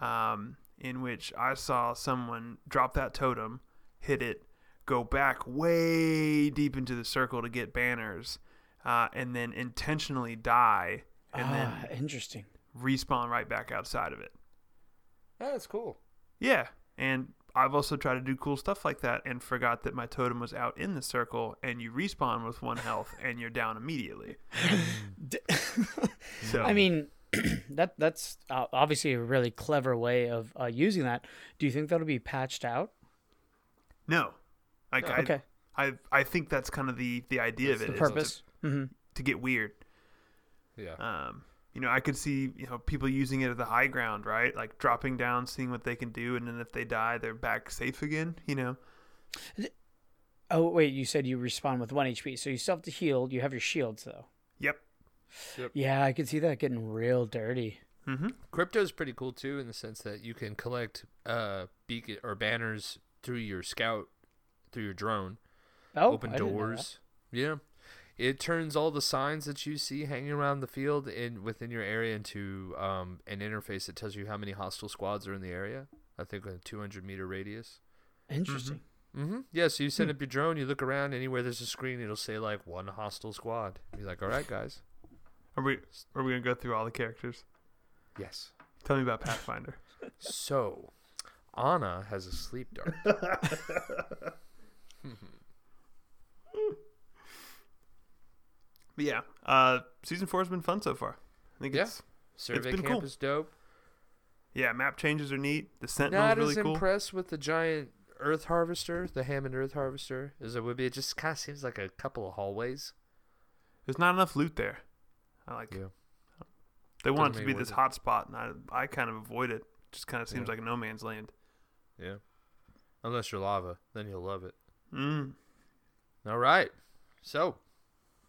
um, in which I saw someone drop that totem, hit it, go back way deep into the circle to get banners, uh, and then intentionally die and ah, then interesting. respawn right back outside of it. That's cool. Yeah, and I've also tried to do cool stuff like that and forgot that my totem was out in the circle, and you respawn with one health and you're down immediately. So I mean, that that's uh, obviously a really clever way of uh, using that. Do you think that'll be patched out? No. Like I, Okay. I I think that's kind of the the idea of it The is purpose. hmm to, to get weird. Yeah. Um, you know, I could see you know people using it at the high ground, right? Like dropping down, seeing what they can do, and then if they die, they're back safe again. You know, Oh wait, you said you respawn with one HP, so you still have to heal. You have your shields though. yep. Yeah, I could see that getting real dirty. Mm-hmm. Crypto's pretty cool too in the sense that you can collect uh beacon or banners through your scout through your drone. Oh, open I didn't know that. doors. Yeah. It turns all the signs that you see hanging around the field and within your area into um, an interface that tells you how many hostile squads are in the area. I think a 200 meter radius. Interesting. Mm-hmm. Yeah, so you send up your drone, you look around, anywhere there's a screen, it'll say like one hostile squad. You're like, all right, guys. Are we are we gonna go through all the characters? Yes. Tell me about Pathfinder. So, Anna has a sleep dart. But yeah, uh, season four has been fun so far. I think Yeah. it's Survey been Camp cool. is dope. yeah. Map changes are neat. The Sentinel's not really as cool. impressed with the giant earth harvester, the Hammond earth harvester, as it would be. It just kind of seems like a couple of hallways. There's not enough loot there. I like. Yeah. They want Doesn't it to make be it this worth hot spot, and I, I kind of avoid it. Just kind of seems Yeah. like no man's land. Yeah. Unless you're lava, then you'll love it. Mm. All right. So,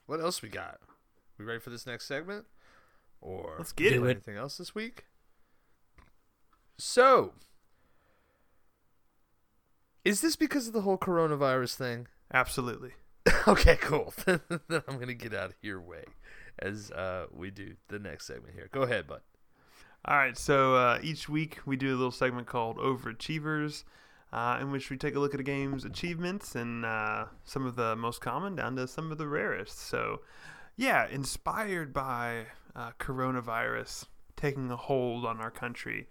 what else we got? We ready for this next segment? Or Let's get Do it. it. anything else this week? So, is this because of the whole coronavirus thing? Absolutely. okay, cool. then I'm gonna get out of your way as uh, we do the next segment here. Go ahead, bud. All right. So uh, each week we do a little segment called Overachievers, uh, in which we take a look at a game's achievements and uh, some of the most common down to some of the rarest. So, yeah, inspired by uh, coronavirus taking a hold on our country,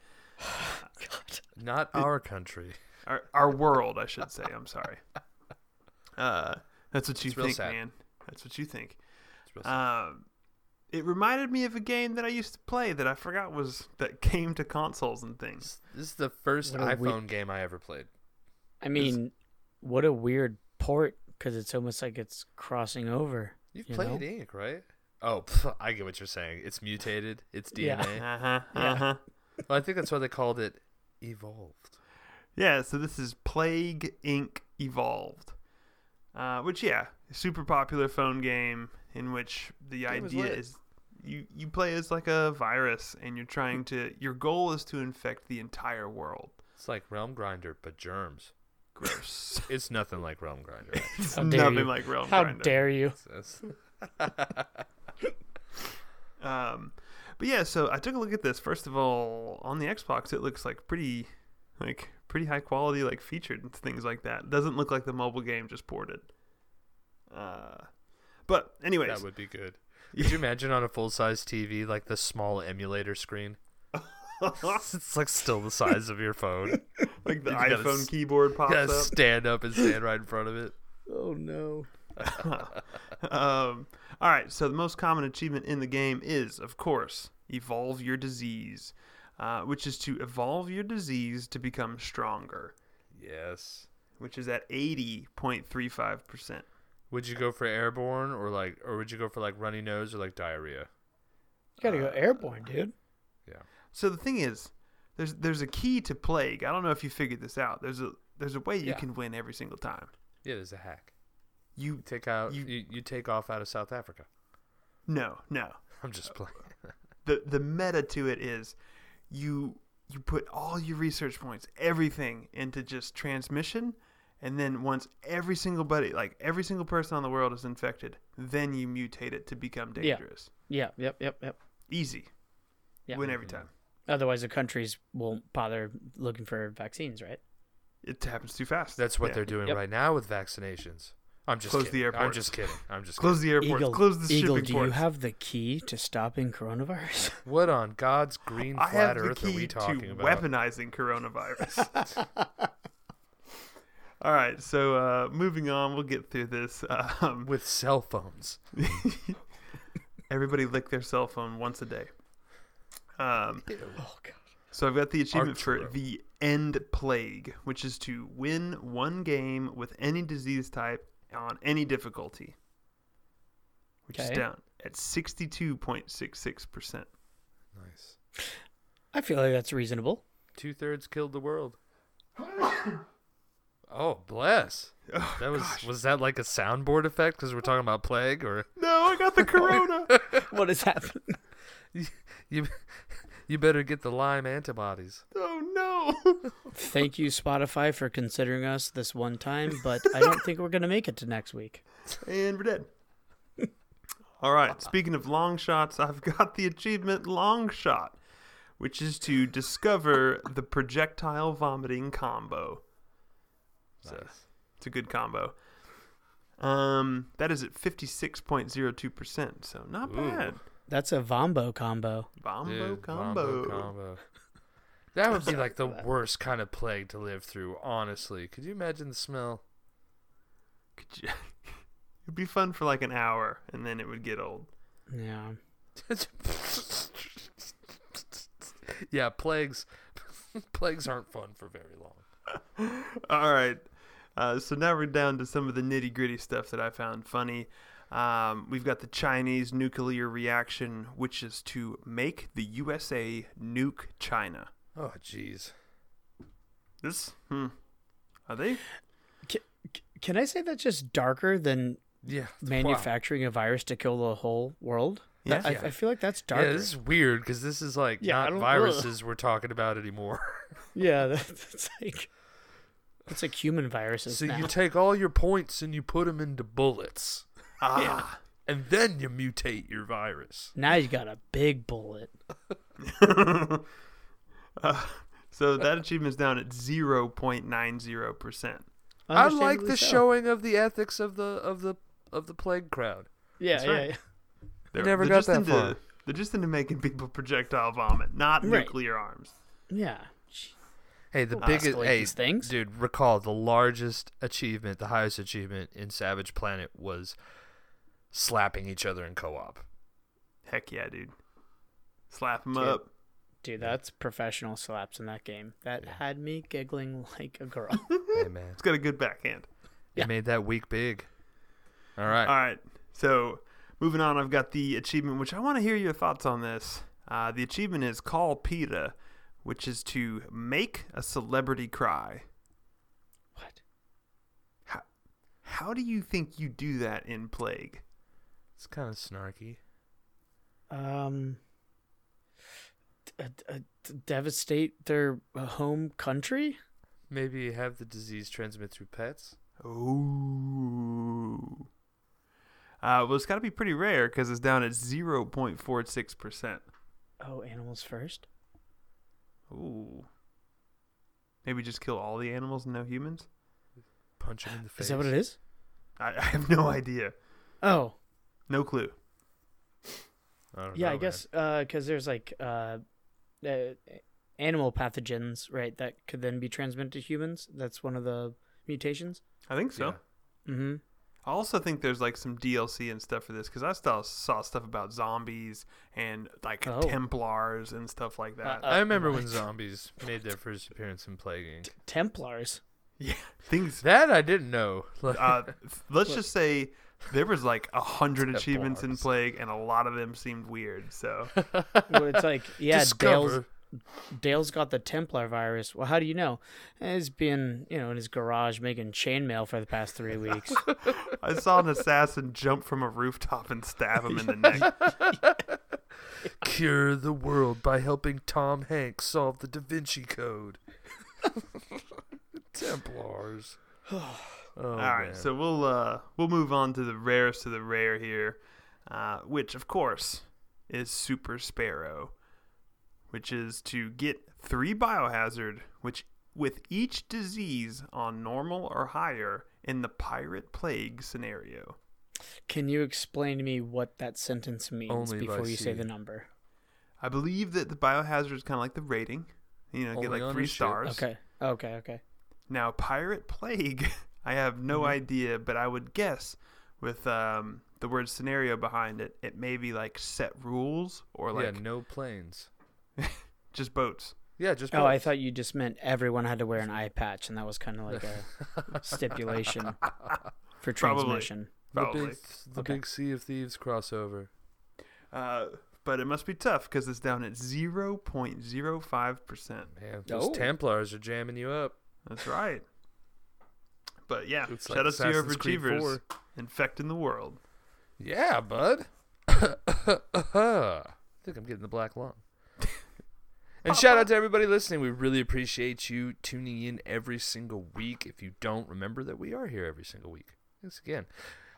Not our country. our, our world, I should say. I'm sorry. Uh, that's what you It's real think, sad. man. That's what you think. It's real- Um, it reminded me of a game that I used to play that I forgot was that came to consoles and things. this is the first what a weird- iPhone game I ever played. I mean, what a weird port because it's almost like it's crossing over. You've you played know? Ink, right? Oh, pff, I get what you're saying. It's mutated. It's Yeah. DNA. Uh huh. Yeah. Uh huh. well, I think that's why they called it evolved. Yeah. So this is Plague Inc. Evolved, uh, which yeah, super popular phone game in which the Game is idea lit. is you you play as like a virus and you're trying to your goal is to infect the entire world. It's like Realm Grinder, but germs. Gross. It's nothing like Realm Grinder. it's How dare nothing you. like Realm How Grinder. dare you? That's- Um, But yeah, so I took a look at this. First of all, on the Xbox, it looks like pretty, like pretty high quality, like featured and things like that. Doesn't look like the mobile game just ported. Uh, but anyways, That would be good. Could you imagine on a full size TV like the small emulator screen? it's like still the size of your phone. like the you gotta iPhone s- keyboard pops Yeah, up. stand up and stand right in front of it. Oh no. um, all right, so the most common achievement in the game is, of course, evolve your disease, uh, which is to evolve your disease to become stronger, Yes. which is at 80.35%. Would you go for airborne or like, or would you go for like runny nose or like diarrhea? You gotta go Uh, airborne, dude. So the thing is, there's there's a key to plague. I don't know if you figured this out. There's a there's a way you Yeah. can win every single time. Yeah, there's a hack. You You take out, You- you, you, take off out of South Africa. no, no. I'm Uh, just playing. the the meta to it is you you put all your research points everything into just transmission and then once every single buddy like every single person on the world is infected then you mutate it to become Yeah. dangerous Yeah, yep, yep, yep. easy Yeah. Mm-hmm. win every time Otherwise, the countries won't bother looking for vaccines, right? it happens too fast That's what Yeah. they're doing Yep. right now with vaccinations. I'm just Close kidding. the I'm airports. just kidding. I'm just close the airports Eagle, close the Eagle, shipping do you ports have the key to stopping coronavirus? kidding. What on God's green i flat have the earth are key we to talking about? weaponizing coronavirus all right so uh, moving on we'll get through this um, With cell phones. everybody lick their cell phone once a day. Um, oh god. so I've got the achievement for Arturo. the end plague, which is to win one game with any disease type on any difficulty, which Okay. is down at sixty-two point six six percent. Nice. I feel like that's reasonable. Two thirds killed the world. oh, bless. Oh, That was was that like a soundboard effect because we're talking about plague or No, I got the corona. What has happened? you you better get the Lyme antibodies. oh no. Thank you, Spotify, for considering us this one time, but I don't think we're gonna make it to next week. And we're dead. All right. Speaking of long shots, I've got the achievement long shot, which is to discover the projectile vomiting combo. So it's a good combo. Um, that is at fifty six point zero two percent. So not Ooh. bad. That's a Vombo combo. Bombo Dude, combo. Wombo combo. That would be like the worst kind of plague to live through, honestly. Could you imagine the smell? Could you- It'd be fun for like an hour, and then it would get old. Yeah. yeah, plagues plagues aren't fun for very long. All right. Uh, so now we're down to some of the nitty gritty stuff that I found funny. Um, we've got the Chinese nuclear reaction, which is to make the USA nuke China. Oh jeez. This, hmm. Are they? C- c- Can I say that's just darker than Yeah. wow. manufacturing a virus to kill the whole world? That- Yeah. I, I feel like that's darker. Yeah, this is weird because this is like Yeah, I not don't- viruses we're talking about anymore. Yeah, that, that's like it's like human viruses so now. you take all your points and you put them into bullets, Ah. and then you mutate your virus. now you got a big bullet. Uh, so that achievement's down at 0.90%. I like the Understandably so. showing of the ethics of the of the of the plague crowd. Yeah, That's yeah, right. yeah. They're, never they're got just that into, far. They're just into making people projectile vomit, not Right. nuclear arms. Yeah. Hey, the Don't biggest escalate hey, these things. dude. Recall the largest achievement, the highest achievement in Savage Planet was slapping each other in co-op. Heck yeah, dude. Slap them Dude. up. Dude, that's professional slaps in that game. That had me giggling like a girl. hey man, It's got a good backhand. Yeah. you made that week big. All right. All right. So moving on, I've got the achievement, which I want to hear your thoughts on this. Uh, the achievement is call PETA, which is to make a celebrity cry. what? How, how do you think you do that in Plague? it's kind of snarky. Um d- uh, d- devastate their home country? Maybe have the disease transmit through pets. Ooh. Uh, well, it's got to be pretty rare because it's down at 0.46%. Oh, animals first. Ooh. Maybe just kill all the animals and no humans? Punch him in the face. Is that what it is? I, I have no idea. Oh, No clue. I don't yeah, know, I man. guess because there's like uh, uh, animal pathogens, right? That could then be transmitted to humans. That's one of the mutations. I think so. Yeah. Mm-hmm. I also think there's like some DLC and stuff for this because I still saw stuff about zombies and like Oh. Templars and stuff like that. Uh, I remember what? when zombies made their first appearance in Plague Inc. Templars. yeah, things. That I didn't know. Like, Uh, let's just say there was like a hundred achievements in Templars. Plague, and a lot of them seemed weird. So Well, it's like yeah, Dale's discover. Dale's got the Templar virus. Well, how do you know? Eh, He's been, you know, in his garage making chainmail for the past three weeks. I saw an assassin jump from a rooftop and stab him in the neck. Cure the world by helping Tom Hanks solve the Da Vinci Code. Templars. Oh, All right, man. so we'll uh, we'll move on to the rarest of the rare here, uh, which of course is Super Sparrow, which is to get three biohazard, which with each disease on normal or higher in the pirate plague scenario. Can you explain to me what that sentence means Only by before you say sea. the number? I believe that the biohazard is kind of like the rating, you know, Only get like on three the ship. stars. Okay. Okay. Okay. Now, pirate plague, I have no Mm-hmm. idea, but I would guess with um, the word scenario behind it, it may be like set rules or like yeah, no planes. just boats. Yeah, just Oh, I boats. thought you just meant everyone had to wear an eye patch, and that was kind of like a stipulation for Probably. transmission. the Probably. big, the Okay. big Sea of Thieves crossover. Uh, but it must be tough because it's down at 0.05%. Man, those Oh. Templars are jamming you up. That's right. But yeah, It's shout like out to your Assassin's Creed overachievers 4. infecting the world. Yeah, bud. I think I'm getting the black lung. and shout out to everybody listening. We really appreciate you tuning in every single week. If you don't remember that we are here every single week, thanks again.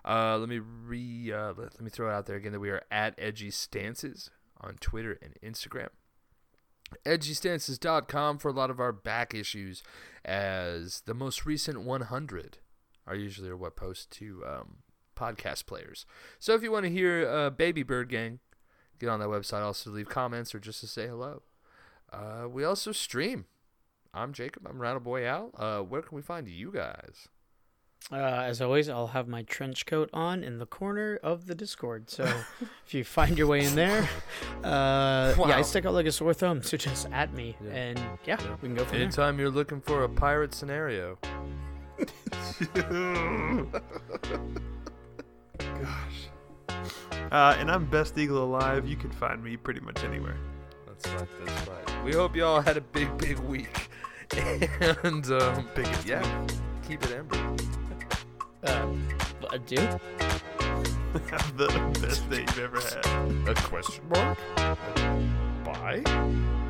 Uh, let me re uh, let, let me throw it out there again that we are at Edgy Stances on Twitter and Instagram. EdgyStances.com for a lot of our back issues, as the most recent 100 are usually our what posts to um, podcast players. So if you want to hear uh, Baby Bird Gang, get on that website. Also to leave comments or just to say hello. Uh, we also stream. I'm Jacob. I'm Rattle Boy Al. Uh, where can we find you guys? Uh, as always, I'll have my trench coat on in the corner of the Discord. So if you find your way in there, uh, yeah, Wow. I stick out like a sore thumb. So just at me, Yeah. and yeah, we can go from there. Anytime you're looking for a pirate scenario. Gosh. Uh, and I'm Best Eagle Alive. You can find me pretty much anywhere. That's right. That's right. We hope y'all had a big, big week. and um, Biggest yeah, keep it ember. Uh, I do. the best day you've ever had. A question mark? Bye.